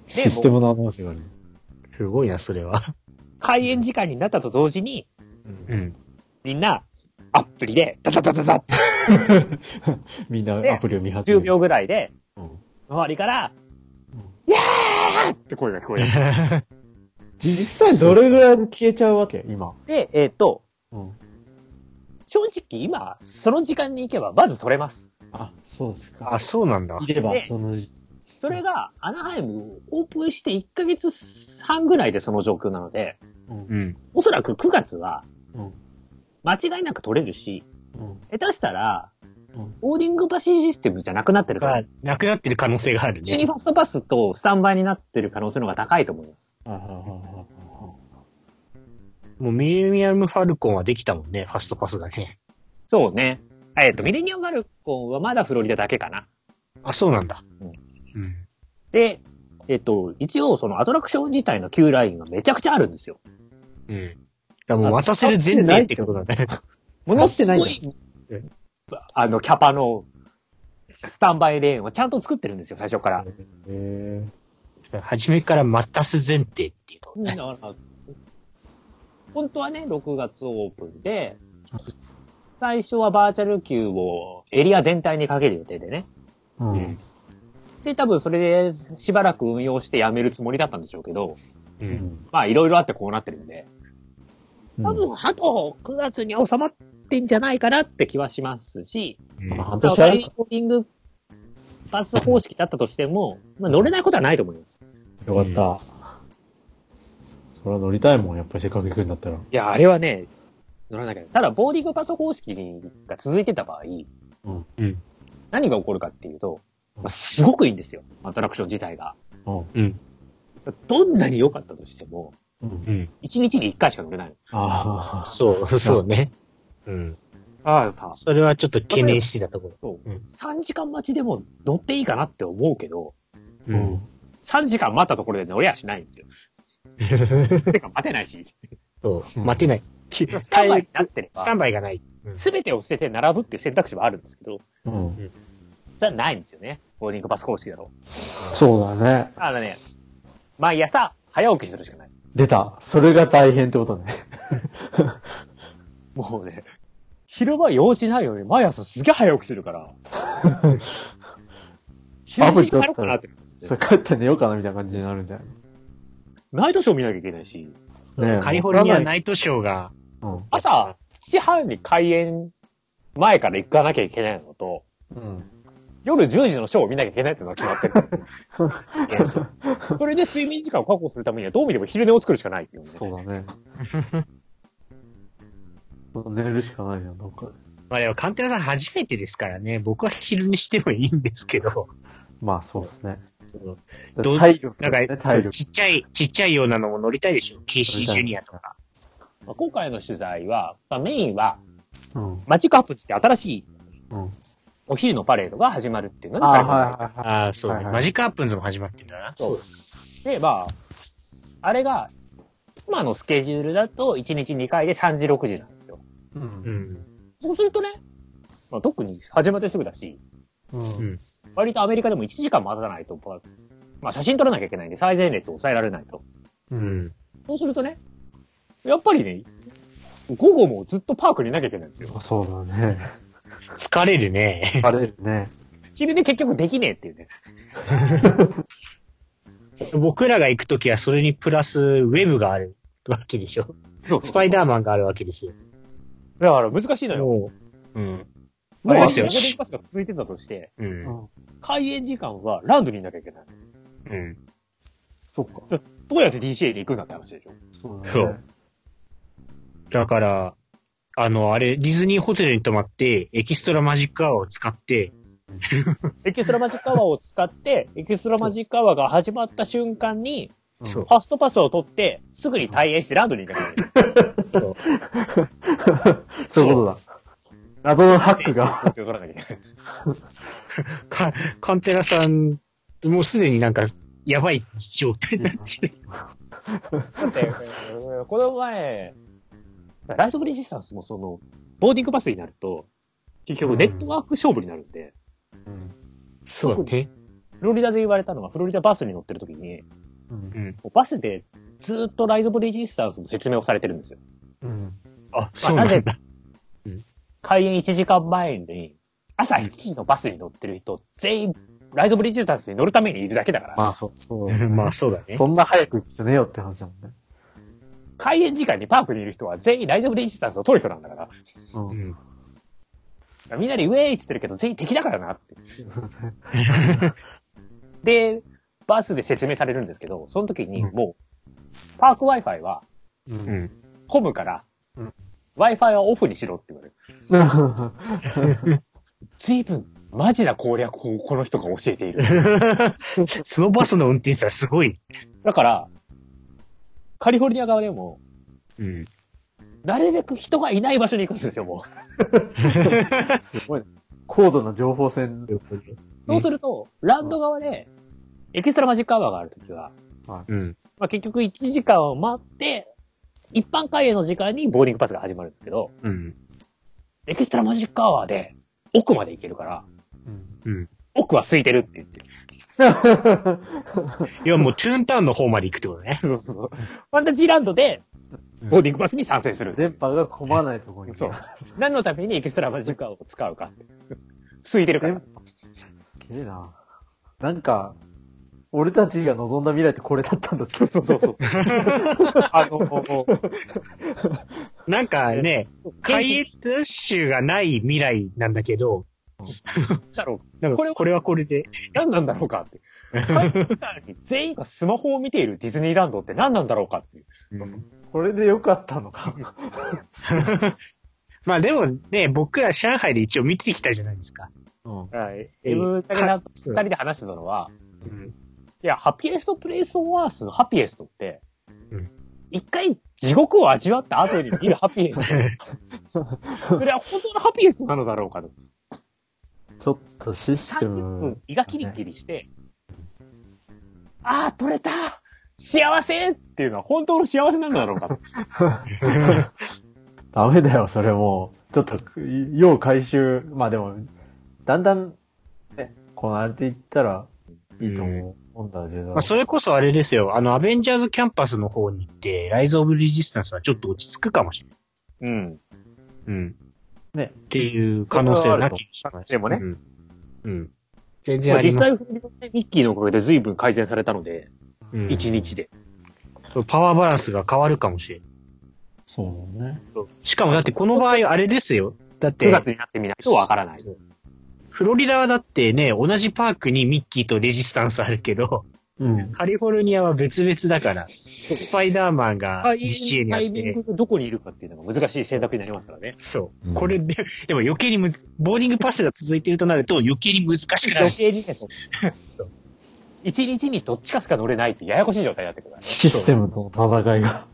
S3: システムのアナウンスがある。
S2: すごいな、それは。
S1: 開演時間になったと同時に、
S2: うん。
S1: みんな、アプリで、ダダダダダって
S3: みんな
S1: で
S3: アプリを見始め
S1: 10
S3: る。
S1: 秒ぐらいで、
S3: うん
S1: 周りから、イエーって声が聞こえる。
S3: 実際どれぐらいで消えちゃうわけ今。
S1: で、えっ、と、
S3: うん。
S1: 正直今、その時間に行けば、まず取れます。
S3: あ、そうです か。
S2: あ、そうなんだ。
S3: いれば
S1: で、
S3: その時、
S1: それが、アナハイムオープンして1ヶ月半ぐらいでその状況なので、
S3: うん
S2: う。ん。
S1: おそらく9月は、
S3: うん。
S1: 間違いなく取れるし、
S3: うん。
S1: 下手したら
S3: うん、
S1: ボーディングパスシステムじゃなくなってるから
S2: が、、なくなってる可能性がある
S1: 普通に
S2: ね
S1: フ。ァストパスとスタンバイになってる可能性の方が高いと思います。
S3: あはははは。
S2: もうミレニアム・ファルコンはできたもんね、ファストパスがね。
S1: そうね。えっ、と、ミレニアム・マルコンはまだフロリダだけかな。
S2: あ、そうなんだ。
S1: うん
S2: うん。
S1: で、えっ、と、一応そのアトラクション自体の Q ラインがめちゃくちゃあるんですよ。
S2: うん。だからもう渡せる前提ってことだね。
S3: ものしてないんだ
S1: ものすごいあの、キャパのスタンバイレーンをちゃんと作ってるんですよ、最初から。
S3: へ
S2: 初めから待たす前提っていうとこ
S1: だ
S2: ね。
S1: から、本当はね、6月オープンで、最初はバーチャル級をエリア全体にかける予定でね。
S3: ーうん。
S1: で、多分それでしばらく運用してやめるつもりだったんでしょうけど、
S2: う。
S3: うんん。
S1: まあいろいろあってこうなってるんで、多
S3: うん
S1: 分あと9月に収まってんじゃないかなって気はしますし、
S2: うん
S3: まあ半
S1: まあ
S3: 年
S1: カ
S3: ある
S1: リ
S3: か。
S1: フォーリングパス方式だったとしても、まあ乗れないことはないと思います。
S3: よかった。それは乗りたいもん、やっぱりせっかく行くんだったら。
S1: いや、あれはね、乗らなきゃいけない。ただ、ボーディングパス方式が続いてた場合、
S3: うん
S2: うん
S1: 何が起こるかっていうと、
S3: うん
S1: まあすごくいいんですよ。アトラクション自体が。
S3: うん。
S2: うん。
S1: どんなに良かったとしても、
S3: うん。
S2: うん。
S1: 1日に1回しか乗れないの。
S3: ああ。
S2: そう、そうね。うん。
S1: ああ、さ
S2: それはちょっと懸念してたとこ
S1: そう
S2: うん
S1: 3時間待ちでも乗っていいかなって思うけど、
S2: ろ。うん。。
S1: 3時間待ったところで乗れやしないんですよ。てか、待てないし。
S2: そう、待てない。
S1: スタンバイになってれ
S2: スタ
S1: ば、
S2: ンバイがない。
S1: すべてを捨てて並ぶっていう選択肢はあるんですけど、
S3: うん。
S1: それはないんですよね。ボーディングパス方式だろう。
S3: そうだね。
S1: あのね、毎朝、早起きするしかない。
S3: 出た。それが大変ってこと ね。
S1: もうね、昼間用事ないよね。毎朝すげえ早起きする から。昼間に帰ろうかなって。
S3: それ帰って寝ようかなみたいな感じになるんじゃない
S1: ナイトショー見なきゃいけないし、
S3: ねえ
S2: カリフォルニアナイトショーが、
S3: の
S1: 朝7時半に開演前から行かなきゃいけないのと、
S3: うん。うん。
S1: 夜10時のショーを見なきゃいけないっていうのは決まって るから。それで睡眠時間を確保するためにはどう見ても昼寝を作るしかないっていう、ね。
S3: そうだね。寝るしかないじゃん、なんか。
S2: まあでも、カンテラさん初めてですからね、僕は昼寝してもいいんですけ ど、
S3: まあ、そうですね。
S2: どう
S3: 体力、
S2: なん
S3: ね、
S2: か、
S3: 体
S2: そう
S3: 力。
S2: ちっちゃい、ちっちゃいようなのも乗りたいでしょ。ケイシージュニアとか。
S1: まあ今回の取材は、まあ、メインは、
S3: うん。うん。
S1: マジックアップって新しいお昼のパレードが始まるっていうの
S3: あ、
S1: で、彼も
S3: はいはいはい。
S2: ああ、そうね、
S3: はいはい
S2: マジックアップンズも始まってんだな。
S1: そうで、まあ、あれが、今のスケジュールだと1日2回で3時6時なんですよ。
S3: う。
S2: うんん。
S1: そうするとね、まあ、特に始まってすぐだし、
S3: うん。
S1: 割とアメリカでも1時間待たないと、まあまあ写真撮らなきゃいけないんで最前列を抑えられないと。
S3: う。
S2: うんん。
S1: そうするとね、やっぱりね、午後もずっとパークにいなきゃいけないんですよ。
S3: そうだね。
S2: 疲れるね。
S3: バレるね。
S1: 昼寝結局できねえっていうね。
S2: 僕らが行くときはそれにプラスウェブがあるわけでしょ。
S1: そう
S2: スパイダーマンがあるわけですよ。
S1: だから難しいのよ。
S2: もう、うん。
S1: もう
S2: あれです
S1: ゴ
S2: よ
S1: ールデンパスが続いてたとして、
S2: う。
S3: うんん。
S1: 開演時間はランドにいなきゃいけない。
S2: うん。
S3: そっか。
S1: どうやって DCA に行くんだって話でしょ。
S3: そうだ
S2: そ
S3: ね
S2: う。だから、あの、あれ、ディズニーホテルに泊まって、エキストラマジックアワーを使って、
S1: エキストラマジックアワーを使って、エキストラマジックアワーが始まった瞬間に、
S3: うん
S2: そう
S1: ファストパスを取って、すぐに退園してランドに行かない。
S3: そういうことだ。謎のハックが。
S1: 東京取らなきゃいけない。
S2: か、カンテラさん、もうすでになんか、やばい状態になってる。
S1: だって、えーこの前、ライトブレジスタンスもその、ボーディングパスになると、結局ネットワーク勝負になるんで、
S3: うん。
S2: そうだね。
S1: フロリダで言われたのが、フロリダバスに乗ってる時に、
S3: うん
S2: うん。
S1: バスでずーっとライトブレジスタンスの説明をされてるんですよ。
S3: うん。
S2: あ、そうなんだ。
S1: 開演1時間前に、朝1時のバスに乗ってる人、全員、ライトブリッジスタンスに乗るためにいるだけだから、
S3: まあ、そう、そうだね。
S2: まあ、そうだね。
S3: そんな早く来てねえよって話だもんね。
S1: 開演時間にパークにいる人は全員ライトブリッジスタンスを取る人なんだから、
S3: う。
S2: うんん。
S1: みんなにウェーイって言ってるけど、全員敵だからなって。で、バスで説明されるんですけど、その時に
S2: うん
S1: もう、パーク Wi-Fi は
S3: う。
S2: うん ん。
S1: 混むから
S3: うん、
S1: Wi-Fi はオフにしろって言われる。随分、マジな攻略法をこの人が教えてい る。
S2: そのバスの運転手さんすごい。
S1: だから、カリフォルニア側でも、
S2: うん。
S1: なるべく人がいない場所に行くんですよ、もう。
S3: すごい。高度な情報戦。
S1: そうすると、ランド側で、エキストラマジックアワーがあるときは、
S2: うん。
S1: まあ、結局1時間を待って、一般開演の時間にボーディングパスが始まるんですけど、
S2: うん。
S1: エキストラマジックアワーで、奥まで行けるから、
S3: うん。
S2: うん。
S1: 奥は空いてるって言ってる。
S2: いや、もうチューンタウンの方まで行くってことね。
S1: ファンタジーランドで、
S2: うん
S1: ボーディングパスに参戦する。
S3: 電波が込まないところに。
S1: そう。何のためにエキストラマジックアワーを使うかって。空いてるから
S3: 電。波。すげえな。なんか、俺たちが望んだ未来ってこれだったんだって。そうそうそう。
S1: あの、
S2: なんかね、開エダッシュがない未来なんだけど、
S1: だろ
S2: なん
S1: これ
S2: か
S1: は
S2: これはこれで。
S1: う、何なんだろうかって。入ったのに全員がスマホを見ているディズニーランドって何なんだろうかっていう。
S3: これでよかったのか。
S2: まあでもね、僕ら上海で一応見てきたじゃないですか。
S3: うん。
S1: はい。
S2: え
S1: エムタケさんと
S2: そ
S1: 二
S2: う
S1: 人で話してたのは、
S2: うん
S1: いや、ハッピエストプレイスオンアースのハピエストって
S2: うん、
S1: 一回地獄を味わった後に見るハピエ スト。それは本当のハピエストなのだろうかと。
S3: ちょっとシステ
S1: 30
S3: ム
S1: 分。胃がキリキリして、ああ、取れた幸せっていうのは本当の幸せなのだろうかと。
S3: ダメだよ、それもう。ちょっと、い要回収。まあでも、だんだん、ね、こなれていったら、いいと思う。んだけど。
S2: まあそれこそあれですよ、あの、アベンジャーズキャンパスの方に行って、ライズ・オブ・レジスタンスはちょっと落ち着くかもしれない。
S1: うん。
S2: うん。
S3: ね。
S2: っていう可能性はなきにしもあらず
S1: でもね。
S2: うん。うん。全
S1: ま
S2: 然
S1: あ
S2: あり
S1: 実
S2: ます
S1: 際、。ミッキーのおかげで随分改善されたので、
S2: うん
S1: 一日で。
S2: そうパワーバランスが変わるかもしれない。
S3: そうだね。
S2: しかもだってこの場合あれですよ。だって、
S1: 9月になってみないとわからない。
S2: そうフロリダはだってね、同じパークにミッキーとレジスタンスあるけど、
S3: うん。
S2: カリフォルニアは別々だから、スパイダーマンが
S1: ああい
S2: DCA
S1: う
S2: にあ
S1: タ
S2: っ
S1: イミン
S2: て、
S1: グでどこにいるかっていうのが難しい選択になりますからね。
S2: そう
S4: う。ん
S2: これで、でも余計にむず、ボーディングパスが続いてるとなると余計に難しくなる
S1: 余。計にね、そう一日にどっちかしか乗れないってややこしい状態になってくるからね。
S3: システムとの戦いが。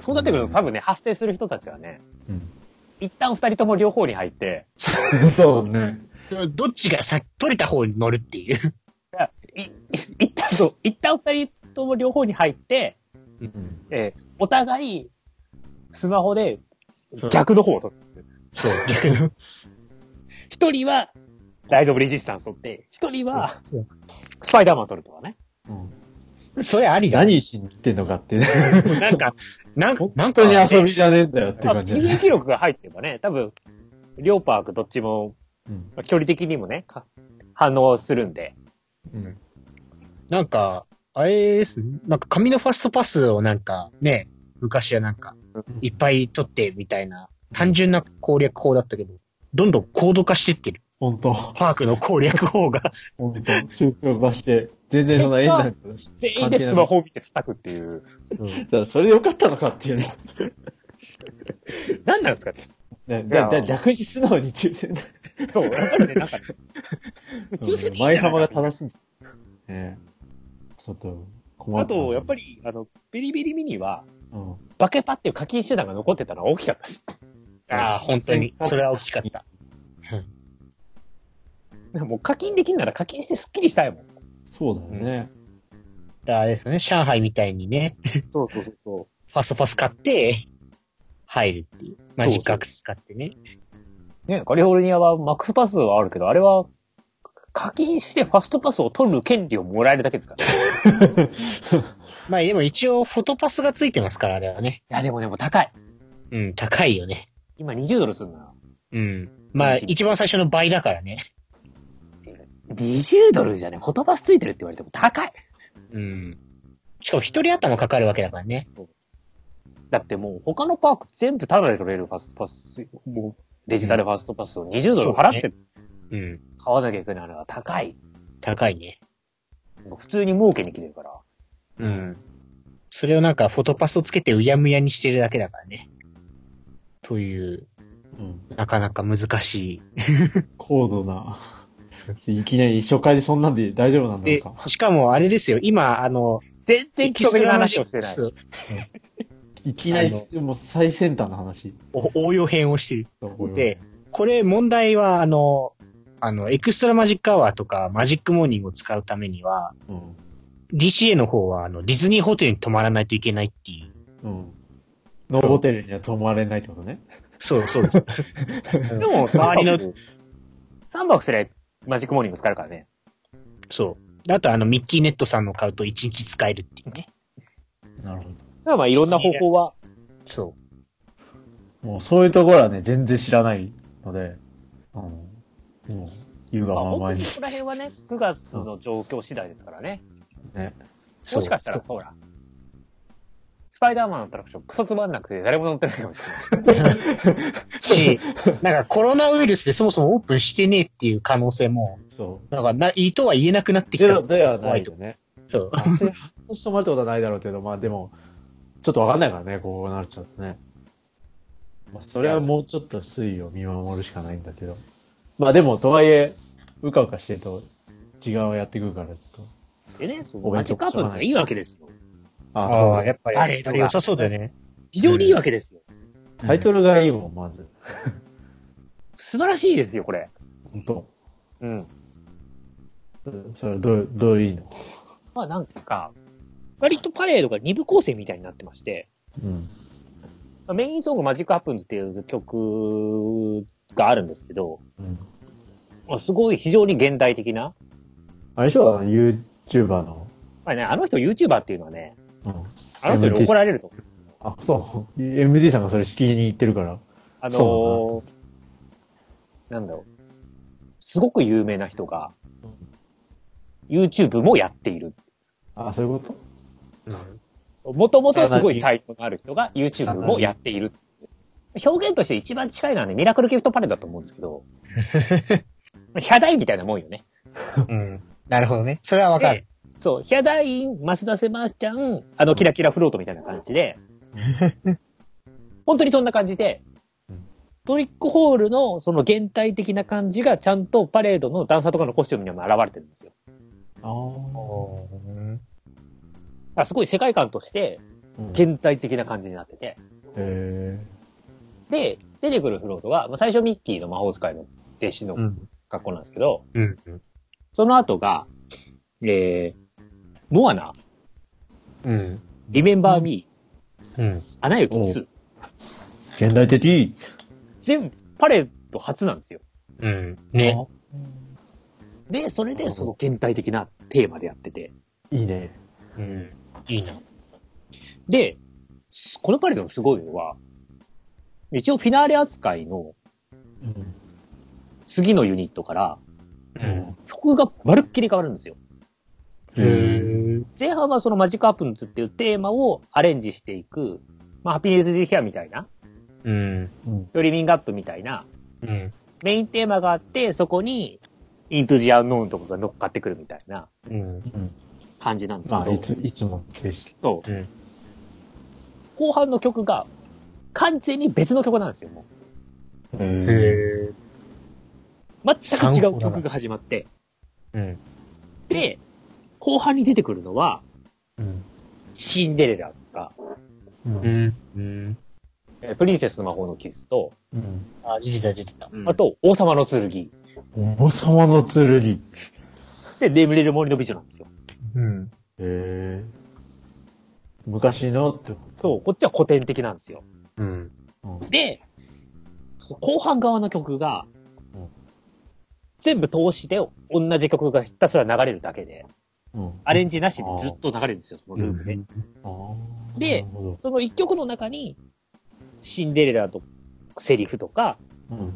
S1: そうなってくると多分ね、発生する人たちはね、
S3: うん。
S1: 一旦二人とも両方に入って、
S3: そうね。
S2: どっちがさ取れた方に乗るっていう。
S1: いい一旦、そう、一旦二人とも両方に入って、
S3: うん。
S1: えーお互い、スマホで逆の方を取る。
S2: そう、逆の。
S1: 一人は、ライズ・オブ・レジスタンス取って、一人は、スパイダーマン取るとかね。
S2: それありだ。
S3: 何しに行ってんのかってね。
S2: なんか、なんか、なん
S3: 本当に
S2: か、
S3: 遊びじゃねえんだよって
S1: まあ、
S3: 感じだ
S1: 免
S3: ね。
S1: 疫力が入ってればね、多分、両パークどっちも、
S3: うん。
S1: まあ距離的にもね、か反応するんで。
S3: うん。
S2: なんか、あれですね。なんか、紙のファストパスをなんか、ね、昔はなんか、いっぱい取ってみたいな、単純な攻略法だったけど、どんどん高度化してってる。
S3: 本当
S2: パークの攻略法が。
S3: 本当宗教化して、全然そんな縁ないから。
S1: 全員でスマホを見て叩くっていう。
S3: だからそれ良かったのかっていうね。
S1: 何なんですかね
S3: ね
S1: いや
S3: だだ逆に素直に抽選だ。
S1: そう、やっぱりね、なん か、抽選でいいんじゃない
S3: 前浜が正しいんじゃない。ねちょっと困
S1: あと、やっぱ
S3: り。
S1: り、あの、ビリビリミニは、
S3: うん。
S1: バケパっていう課金手段が残ってたのは大きかったです。
S2: ああ、本当に。それは大きかった。
S1: もう課金できんなら課金してスッキリしたいもん。
S3: そうだよね。
S2: あれですよね、上海みたいにね、
S1: そうそうそうそ
S2: ファストパス買って、入るっていう。マジックアクス使ってね。
S1: う。ね、カリフォルニアはマックスパスはあるけど、あれは、課金してファストパスを取る権利をもらえるだけです から、ね。い
S2: まあでも一応フォトパスがついてますから、あれはね。
S1: や、でもでも高い。
S2: うん、高いよね。
S1: 今20ドルするな。
S2: うん。まあ一番最初の倍だからね。
S1: 20ドルじゃね、フォトパスついてるって言われても高い。
S2: うん。しかも一人頭かかるわけだからね。
S1: だってもう他のパーク全部タダで取れるファストパス、もうデジタルファストパスを20ドル払って
S2: うん。
S1: 買わなきゃいけないのは高い。
S2: 高いね。
S1: もう普通に儲けに来てるから。
S2: うん。それをなんかフォトパスをつけてうやむやにしてるだけだからね。という、
S3: うん。
S2: なかなか難し
S3: 高度な。いきなり初回でそんなんで大丈夫なん
S2: い。
S3: だろ
S2: で
S3: うか。、
S2: しかもあれですよ、今、あの、
S1: 全然基礎的な話をしてない。
S2: そう
S3: いきなり、もう最先端の話。
S2: お応用編をしてる。
S3: これは
S2: で、これ問題は、あの、あの、エクストラマジックアワーとかマジックモーニングを使うためには、
S3: うん。
S2: DCA の方は、あの、ディズニーホテルに泊まらないといけないっていう。
S3: うん。ノーホテルには泊まれないってことね。
S2: そう、そうです。
S1: でも、
S2: 周りの
S1: 3泊すりゃマジックモーニング使えるからね。
S2: そう。 あと、あの、ミッキーネットさんの買うと1日使えるっていうね。
S3: なるほ
S1: だからまあいろんな方法は、
S2: そ
S3: ど。もうそういうところはね、全然知らないので、あの、もう、優雅
S1: まあ
S3: 満
S1: 本当
S3: 々
S1: に
S3: に。
S1: そこら辺はね、9月の状況次第ですからね。
S3: ね。
S2: う。
S1: もしかしたら、ほら、スパイダーマンのアトラクションクソつまんなくて誰も乗ってないかもしれない。
S2: し、なんかコロナウイルスでそもそもオープンしてねえっていう可能性も、
S3: そ
S2: なんかな、いいとは言えなくなっ
S3: う。
S2: てき
S3: ゼ
S2: た
S3: ロ。ではないよね。
S2: そう
S3: 半年泊まるってことはないだろうけど、まあでも、ちょっとわかんないからね、こうなっちゃうとね。まあそれはもうちょっと推移を見守るしかないんだけど。まあでも、とはいえ、うかうかしてると、違うやってくるから、ちょっと。
S1: でね、その
S3: お弁
S1: マ
S3: 当
S1: ジックアップがいいわけですよ。
S3: あ、そう
S2: やっぱり。あれ、あれ良さそうだよね。
S1: 非常にいいわけですよ。
S3: タイトルがいいもん、まず。
S1: 素晴らしいですよ、これ。
S3: 本当。
S1: うん。
S3: それ、どう、どういいの
S1: まあなんか、割とパレードが2部構成みたいになってまして、
S3: うん。
S1: まあメインソングマジックアップンズっていう曲があるんですけど、
S3: うん。
S1: まあすごい非常に現代的な、
S3: あれでしょ、YouTuber の。
S1: まあね、あの人 YouTuber っていうのはね、
S3: うん。
S1: あの人に怒られると。
S3: あ、そう。MD さんがそれ敷きに行ってるから。
S1: あのー
S3: そ
S1: なんだろう。すごく有名な人が
S3: う、
S1: YouTube もやっている。
S3: あ、そういうこと
S2: うん
S1: もともとすごい才能のある人が YouTube もやっている。表現として一番近いのはね、ミラクルギフトパレードだと思うんですけ ど、ヒャダインみたいなもんよね。
S2: うん。なるほどね。それはわかる。
S1: そう、ヒャダイン、マスダセバースチャン、あの、キラキラフロートみたいな感じで、本当にそんな感じで
S3: うん、
S1: トリックホールのその現代的な感じがちゃんとパレードのダンサーとかのコスチュームにも現れてるんですよ。
S3: ああ。
S2: う
S1: だ
S2: ん
S1: からすごい世界観として
S3: へ
S1: 現代的な感じになってて。
S3: え。
S1: で、出てくるフロートは、まあ、最初ミッキーの魔法使いの弟子の
S2: うん。
S1: 格好なんですけど、
S2: うん。
S1: その後が、えー、モアナ、
S2: うん。
S1: リメンバーミー、
S2: うん。
S1: アナ雪
S3: おう
S1: 2、
S3: 現代的。
S1: 全部パレード初なんですよ。
S2: うん。ね。
S1: で、それでその現代的なテーマでやってて。
S3: いいね。
S2: うん。いいな。
S1: で、このパレードのすごいのは、一応フィナーレ扱いの
S3: うん。
S1: 次のユニットから
S2: うん。
S1: 曲がまるっきり変わるんですよ。
S3: へえ。
S1: 前半はそのマジックアップンズっていうテーマをアレンジしていく、まあハッピーネスディヒアみたいな、
S2: うん。
S3: うん。
S1: よりミングアップみたいな
S2: うん。
S1: メインテーマがあって、そこにイントゥジアンノーンとかが乗っかってくるみたいな
S2: うん。
S3: うん。
S1: 感じなんですけど、
S3: まあ、いつ、いつもの形式。
S1: そう
S2: うん。
S1: 後半の曲が完全に別の曲なんですよ、もう。
S3: へえ。
S2: へ
S1: 全く違
S2: 三
S1: う
S2: 個だな
S1: 曲が始まって。
S2: え。うん。
S1: で、後半に出てくるのは、
S3: うん。
S1: シンデレラとか、
S3: うん。
S2: ん。うん。
S1: えープリンセスの魔法のキスと、
S3: うん。
S2: あ、出てた、出てた。
S1: あと、王様の剣。
S3: 重さまの剣。
S1: で、眠れる森の美女なんですよ。
S2: うん。
S3: へえ。昔のってこ
S1: そう、こっちは古典的なんですよ。
S2: うん。
S3: と。
S1: で、後半側の曲が
S3: うん、
S1: 全部通して同じ曲がひたすら流れるだけで、
S3: うん。うん。
S1: アレンジなしでずっと流れるんですよ、そのループで。
S3: あー
S1: で
S3: なるほど。
S1: その一曲の中に、シンデレラのセリフとか、
S3: うん。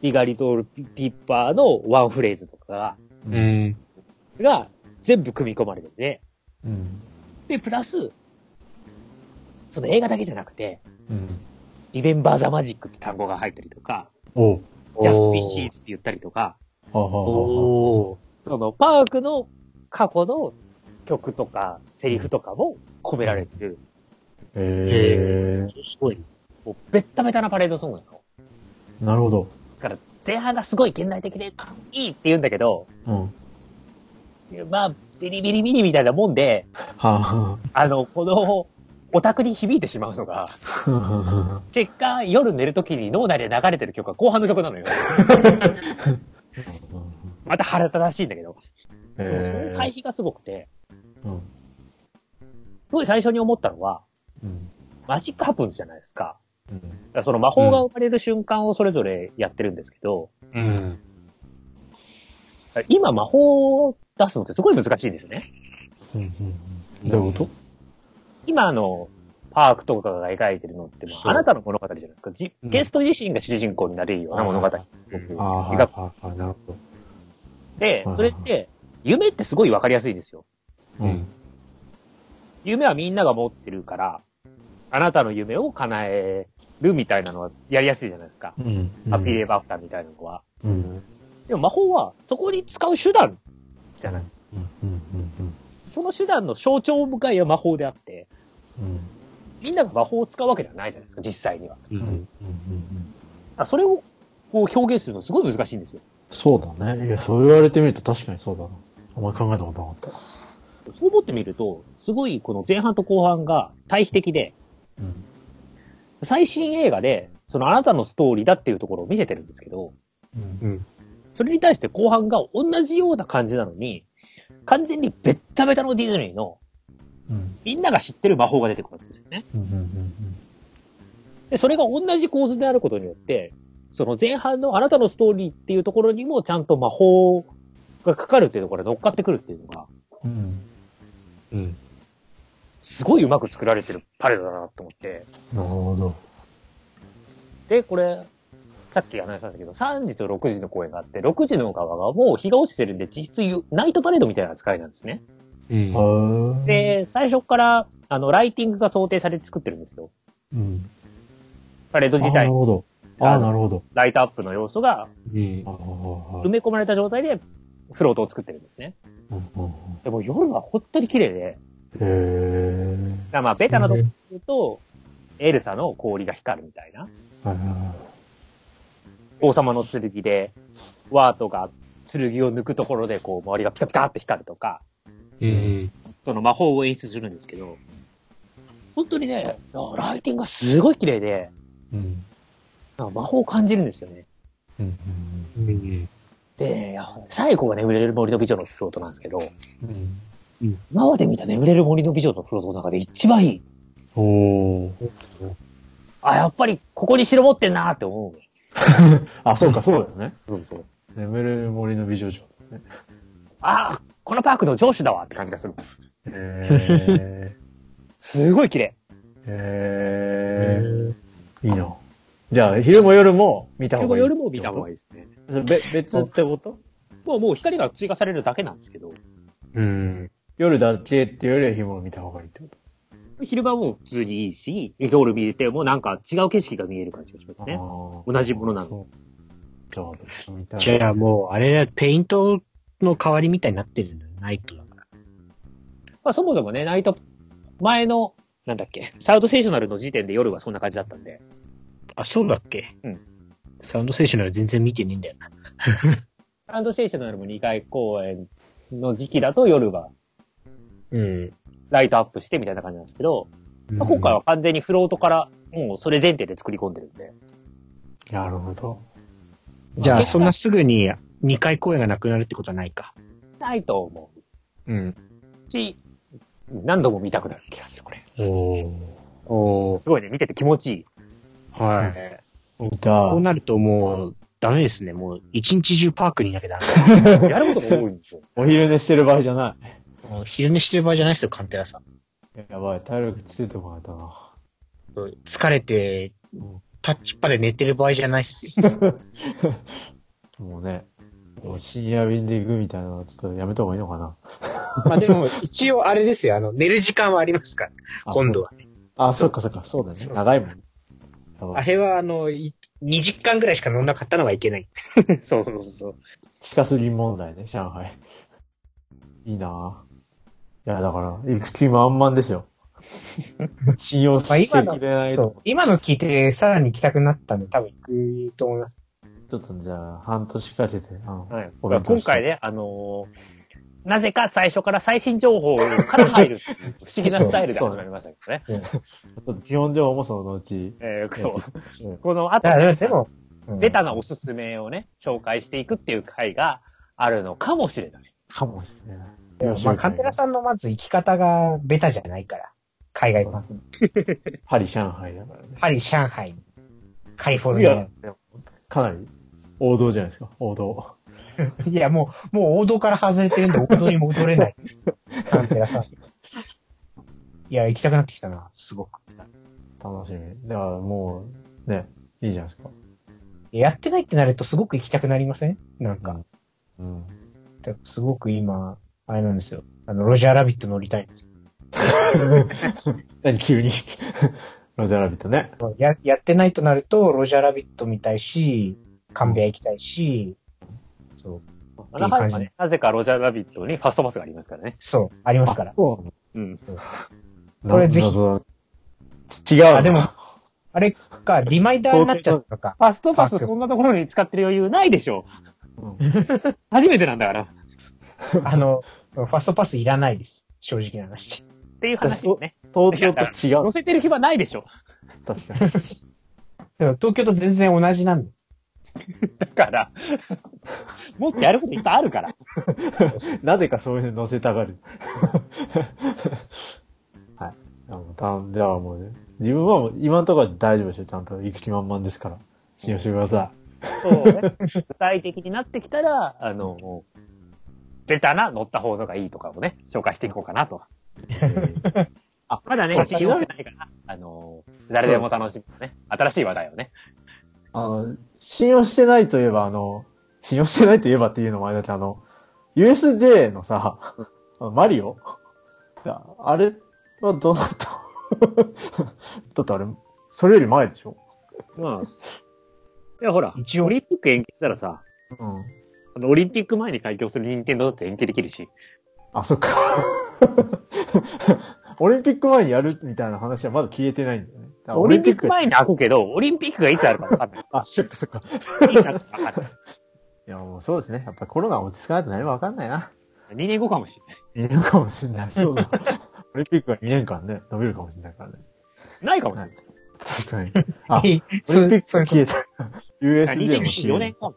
S1: ディガリトルティッパーのワンフレーズとか
S2: うん。うん。
S1: がが全部組み込まれてて、
S3: うん。
S1: で、プラス、その映画だけじゃなくて、
S3: うん。
S1: リメンバーザマジックって単語が入ったりとか、
S3: おう。
S1: ジャスピシーズって言ったりとか、
S3: はあはあはあはあ
S2: おー。
S1: そのパークの過去の曲とかセリフとかも込められてる、
S3: へ
S2: すごい。
S1: もうベッタベタなパレードソングなの。
S3: え。なるほど。
S1: だから前半がすごい現代的でいいって言うんだけど、
S3: うん。は
S1: まあ、ビリビリビリみたいなもんで、
S3: あは
S1: あの、この、オタクに響いてしまうのが、
S3: あ。
S1: 結果、夜寝るときに脳内で流れてる曲が後半の曲なのよ。また腹立たしいんだけど。
S3: へ
S1: でもその対
S3: え。
S1: 比がすごくて、
S3: うん。
S1: すごい最初に思ったのは、
S3: うん。
S1: マジックハプンズじゃないですか。
S3: うん
S1: だからその魔法が生まれる瞬間をそれぞれやってるんですけど、
S2: うん。
S1: 今魔法を出すのってすごい難しいんですよね。
S3: うんうん。どういうこ
S1: 今あの、パークとかが描いてるのって、ま
S2: そう
S1: あ、あなたの物語じゃないですか。じ
S2: うん
S1: ゲスト自身が主人公になれるような物語
S3: あ
S2: うん
S3: とああ、
S1: 描く
S3: はいはい、なるほ
S1: で
S3: はい、
S1: それって、夢ってすごいわかりやすいですよ。
S3: ど。うん。
S1: 夢はみんなが持ってるから、あなたの夢を叶えるみたいなのはやりやすいじゃないですか。
S3: うん。
S1: アピレーバフターみたいなのは。
S3: うん。
S1: でも魔法はそこに使う手段じゃないですか。
S3: うん。うん。うん。
S1: その手段の象徴深いは魔法であって、
S3: うん。
S1: みんなが魔法を使うわけではないじゃないですか、実際には。
S2: う
S3: うん。うん
S2: ん。。
S1: あそれをこう表現するのすごい難しいんですよ。
S3: そうだね。いや、そう言われてみると確かにそうだな。あんまり考えたことなかっ
S1: そう思ってみると、すごいこの前半と後半が対比的で、
S3: た。うん。
S1: 最新映画で、そのあなたのストーリーだっていうところを見せてるんですけど、
S3: うん。
S2: うん。
S1: それに対して後半が同じような感じなのに、完全にベッタベタのディズニーの
S3: うん。
S1: みんなが知ってる魔法が出てくるんですよね。
S3: うん。うん。
S1: で、それが同じ構図であることによって、その前半のあなたのストーリーっていうところにもちゃんと魔法がかかるっていうところが乗っかってくるっていうのが、
S3: うん。
S2: うん。
S1: すごいうまく作られてるパレードだなと思って。
S3: なるほど。
S1: で、これ、さっき話しましたけど、3時と6時の公演があって、6時の側がもう日が落ちてるんで、実質ゆナイトパレードみたいな扱いなんですね。
S2: うん。
S3: ああ。、
S1: で、最初から、あの、ライティングが想定されて作ってるんですよ。
S3: うん。
S1: パレード
S3: あー
S1: 自
S3: なる
S1: 体、
S3: ほど。ああ、なるほど。
S1: ライトアップの要素が
S2: うん
S3: あ。あ
S1: 埋め込まれた状態で、フロートを作ってるんですね。
S3: うんうんうん
S1: でも夜は本当に綺麗で、
S3: へえ。
S1: だからまあ、ベタなとこ言うと、エルサの氷が光るみたいな。
S3: はいはいは
S1: 王様の剣で、ワートが剣を抜くところで、こう、周りがピカピカって光るとか、
S2: うん。
S1: その魔法を演出するんですけど、本当にね、ライティングがすごい綺麗で、
S3: い。うん。
S1: なんか魔法を感じるんですよね。
S3: うんうん
S2: うん。
S1: で、最後が眠れる森の美女のフロートなんですけど、
S3: うんうん。
S1: 今まで見た眠れる森の美女のフロートの中で一番いい。
S3: おー。
S1: あ、やっぱりここに城持ってんなーって思う。
S3: あ、そうか、そうだよね。
S1: そうそう。
S3: 眠れる森の美女城。
S1: あー、このパークの上司だわって感じがする。
S3: へえ。
S1: すごい綺麗。
S3: へえ。いいな。じゃあ、昼も夜も見た方がいい。
S1: いいですね。
S3: いい。それべ別ってこと
S1: もうもう光が追加されるだけなんですけど、
S2: うん。
S3: 夜だけっていうよりは昼も見た方がいいってこと
S1: 昼間も普通にいいし、夜見れてもなんか違う景色が見える感じがしますね。
S3: あー
S1: 同じものなの。
S3: そうじゃあ、見たい
S2: じゃあもう、あれだ、ペイントの代わりみたいになってるんだよ、ナイトだから。
S1: まあそもそもね、ナイト、前の、なんだっけ、サウンドセーショナルの時点で夜はそんな感じだったんで。
S2: あ、そうだっけ
S1: うん。
S2: サウンドセーションなら全然見てねえんだよな。
S1: サウンドセーショナルも2回公演の時期だと夜は
S2: うん。
S1: ライトアップしてみたいな感じなんですけど、まあ今回は完全にフロートから、もうそれ前提で作り込んでるんで。
S3: なるほど。
S2: じゃあ、そんなすぐに2回公演がなくなるってことはないか。
S1: ないと思
S2: うん。
S1: うし、何度も見たくなる気がする、これ。
S3: お
S2: お
S1: すごいね、見てて気持ちい い。
S2: はい。
S1: え
S3: 見た
S2: こう。なるともう、ダメですね。もう、一日中パークにいなきゃダメ。
S1: ーやることが多いんですよ。
S3: お昼寝してる場合じゃな
S2: もう昼寝してる場合じゃないですよ、カンテラさん。
S3: い。やばい、体力ついてこないとな。
S2: 疲れて、タッチパで寝てる場合じゃないっすよ。
S3: もうね、もう深夜便で行くみたいなのはちょっとやめた方がいいのかな。
S2: まあでも、一応あれですよ、あの、寝る時間はありますから、
S3: あ
S2: 今度は。
S3: あ、そっかそっか、そうだね
S2: そう。そう
S3: 長いもん。やば
S2: あ
S3: い
S2: れは、あの、い2時間ぐらいしか飲んなかったのがいけない。
S1: そうそうそう。
S3: 近すぎ問題ね、上海。いいなぁ。いや、だから、行く気満々 ですよ。信用してくれないと。
S2: 今の聞いて、さらに行きたくなったんで、多分行くと思います。
S3: ちょっとじゃあ、半年かけて。うん
S1: はい。
S3: お勉強
S1: 今
S3: して
S1: 回ね、あのーなぜか最初から最新情報から入る、不思議なスタイルで始まりましたけどね。
S3: ちょっと基本情報もそのうち。
S1: えー、
S3: そ
S1: そうう。この後、
S2: だでも、
S1: ベタなおすすめをね、紹介していくっていう回があるのかもしれない。
S3: かもしれない。
S2: まあ、カンテラさんのまず生き方がベタじゃないから、海外版。
S3: パリ、上海だからね。
S2: パリ、上海、カリフォル
S3: 次
S2: ニ
S3: は
S2: ア。、
S3: かなり王道じゃないですか、王道。
S2: いや、もう、もう王道から外れてるんで、王道に戻れ ないです。カンテラさん。いや、行きたくなってきたな、すごく。
S3: 楽しみ。だからもう、ね、いいじゃないですか。
S2: やってないってなるとすごく行きたくなりませんなんか、
S3: うん。
S2: すごく今、あれなんですよ。あの、ロジャーラビット乗りたいんですよ。
S3: 何急に。 ロジャーラビットね。
S2: や、やってないとなると、ロジャーラビット見たいし、カンベア行きたいし、そう。
S1: アナハイムはね、なぜかロジャーラビットにファストパスがありますからね。
S2: そう、ありますから。
S3: そう
S1: うん。
S2: これぜひ
S3: 謎だ違う。
S2: あ、でも、あれか、リマイダーになっちゃったのか。
S1: ファストパスそんなところに使ってる余裕ないでしょ。
S3: うん、
S1: 初めてなんだから。っ
S2: あの、ファストパスいらないです。正直な話。
S1: ていう話をね、
S3: 東京と違 う
S1: 載。せてる暇ないでしょ。
S3: 確かに。
S2: でも東京と全然同じなんで。
S1: だから、もっとやることいっぱいあるから。
S3: なぜかそういうの乗せたがる。 はい。あのたじゃあもうね、自分はもう今のところは大丈夫ですよ。ちゃんと行く気満々ですから。信用してくださ
S1: そうね。具体的になってきたら、 あの、ベタな乗った方のがいいとかをね、紹介していこうかなと。
S3: い。 え
S1: あ、まだね、
S3: あ
S1: 信用してないから、あの、誰でも楽しむね。新しい話題をね。
S3: ーあの、信用してないといえば、あの、信用してないといえばっていうのもあれだけど、あの、USJ のさ、あのマリオああ れはどうなっただってあれ、それより前でしょ
S1: まあ。いや、ほら、
S2: 一応
S1: オリンピック延期したらさ、
S3: うん。
S1: あの、オリンピック前に開業する任天堂だって延期できるし。
S3: あ、そっか。 オリンピック前にやるみたいな話はまだ消えてないんだよね。だから
S1: オリンピック前に開くけど、オリンピックが いつあるか分かんない。
S3: あ、そっかそっか。
S1: いつあるか分かんない。
S3: いや、もうそうですね。やっぱコロナ落ち着かないと何もわかんないな。
S1: 2年後かもしれない。
S3: いるかもしんない。そ うだ。オリンピックが2年間ね、伸びるかもしんないからね。
S1: ないかもしれない。
S3: 確かに。あ、オリン
S2: え
S3: ピック
S2: そう
S3: が消えた。USJ も
S1: 24
S3: 消
S1: 年
S3: える。
S1: 後。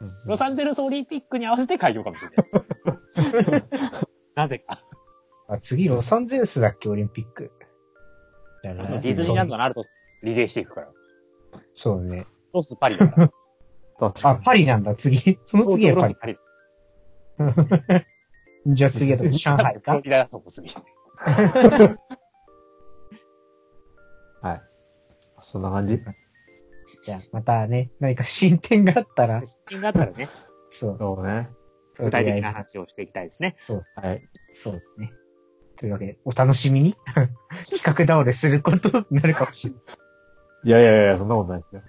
S3: うん
S1: ロサンゼルスオリンピックに合わせて開業かもしれない。 なぜか。
S2: あ次、ロサンゼルスだっけ、オリンピック。
S3: やる
S1: あ
S3: ね
S1: のディズニーランドのあるとリレーしていくから。
S2: そうね。
S1: ロスパリだ から。
S3: 確か
S2: あ、
S3: に
S2: パリなんだ、次。その次は
S1: ロ
S2: パ
S1: ス
S2: リ。
S1: パリ。
S2: じゃあ次は上海
S1: フロ
S2: か。
S1: リダだと思う次。
S3: はい。そんな感じ
S2: じゃあまたね、何か進展があった ら、
S1: 失禁があったらね、
S2: そう。
S3: そうね。
S1: 具体的な話をしていきたいですね。
S3: はい。
S2: そうですね。というわけで、お楽しみ に企画倒れすることになるかもしれない。
S3: いやいやいや、そんなことないですよ。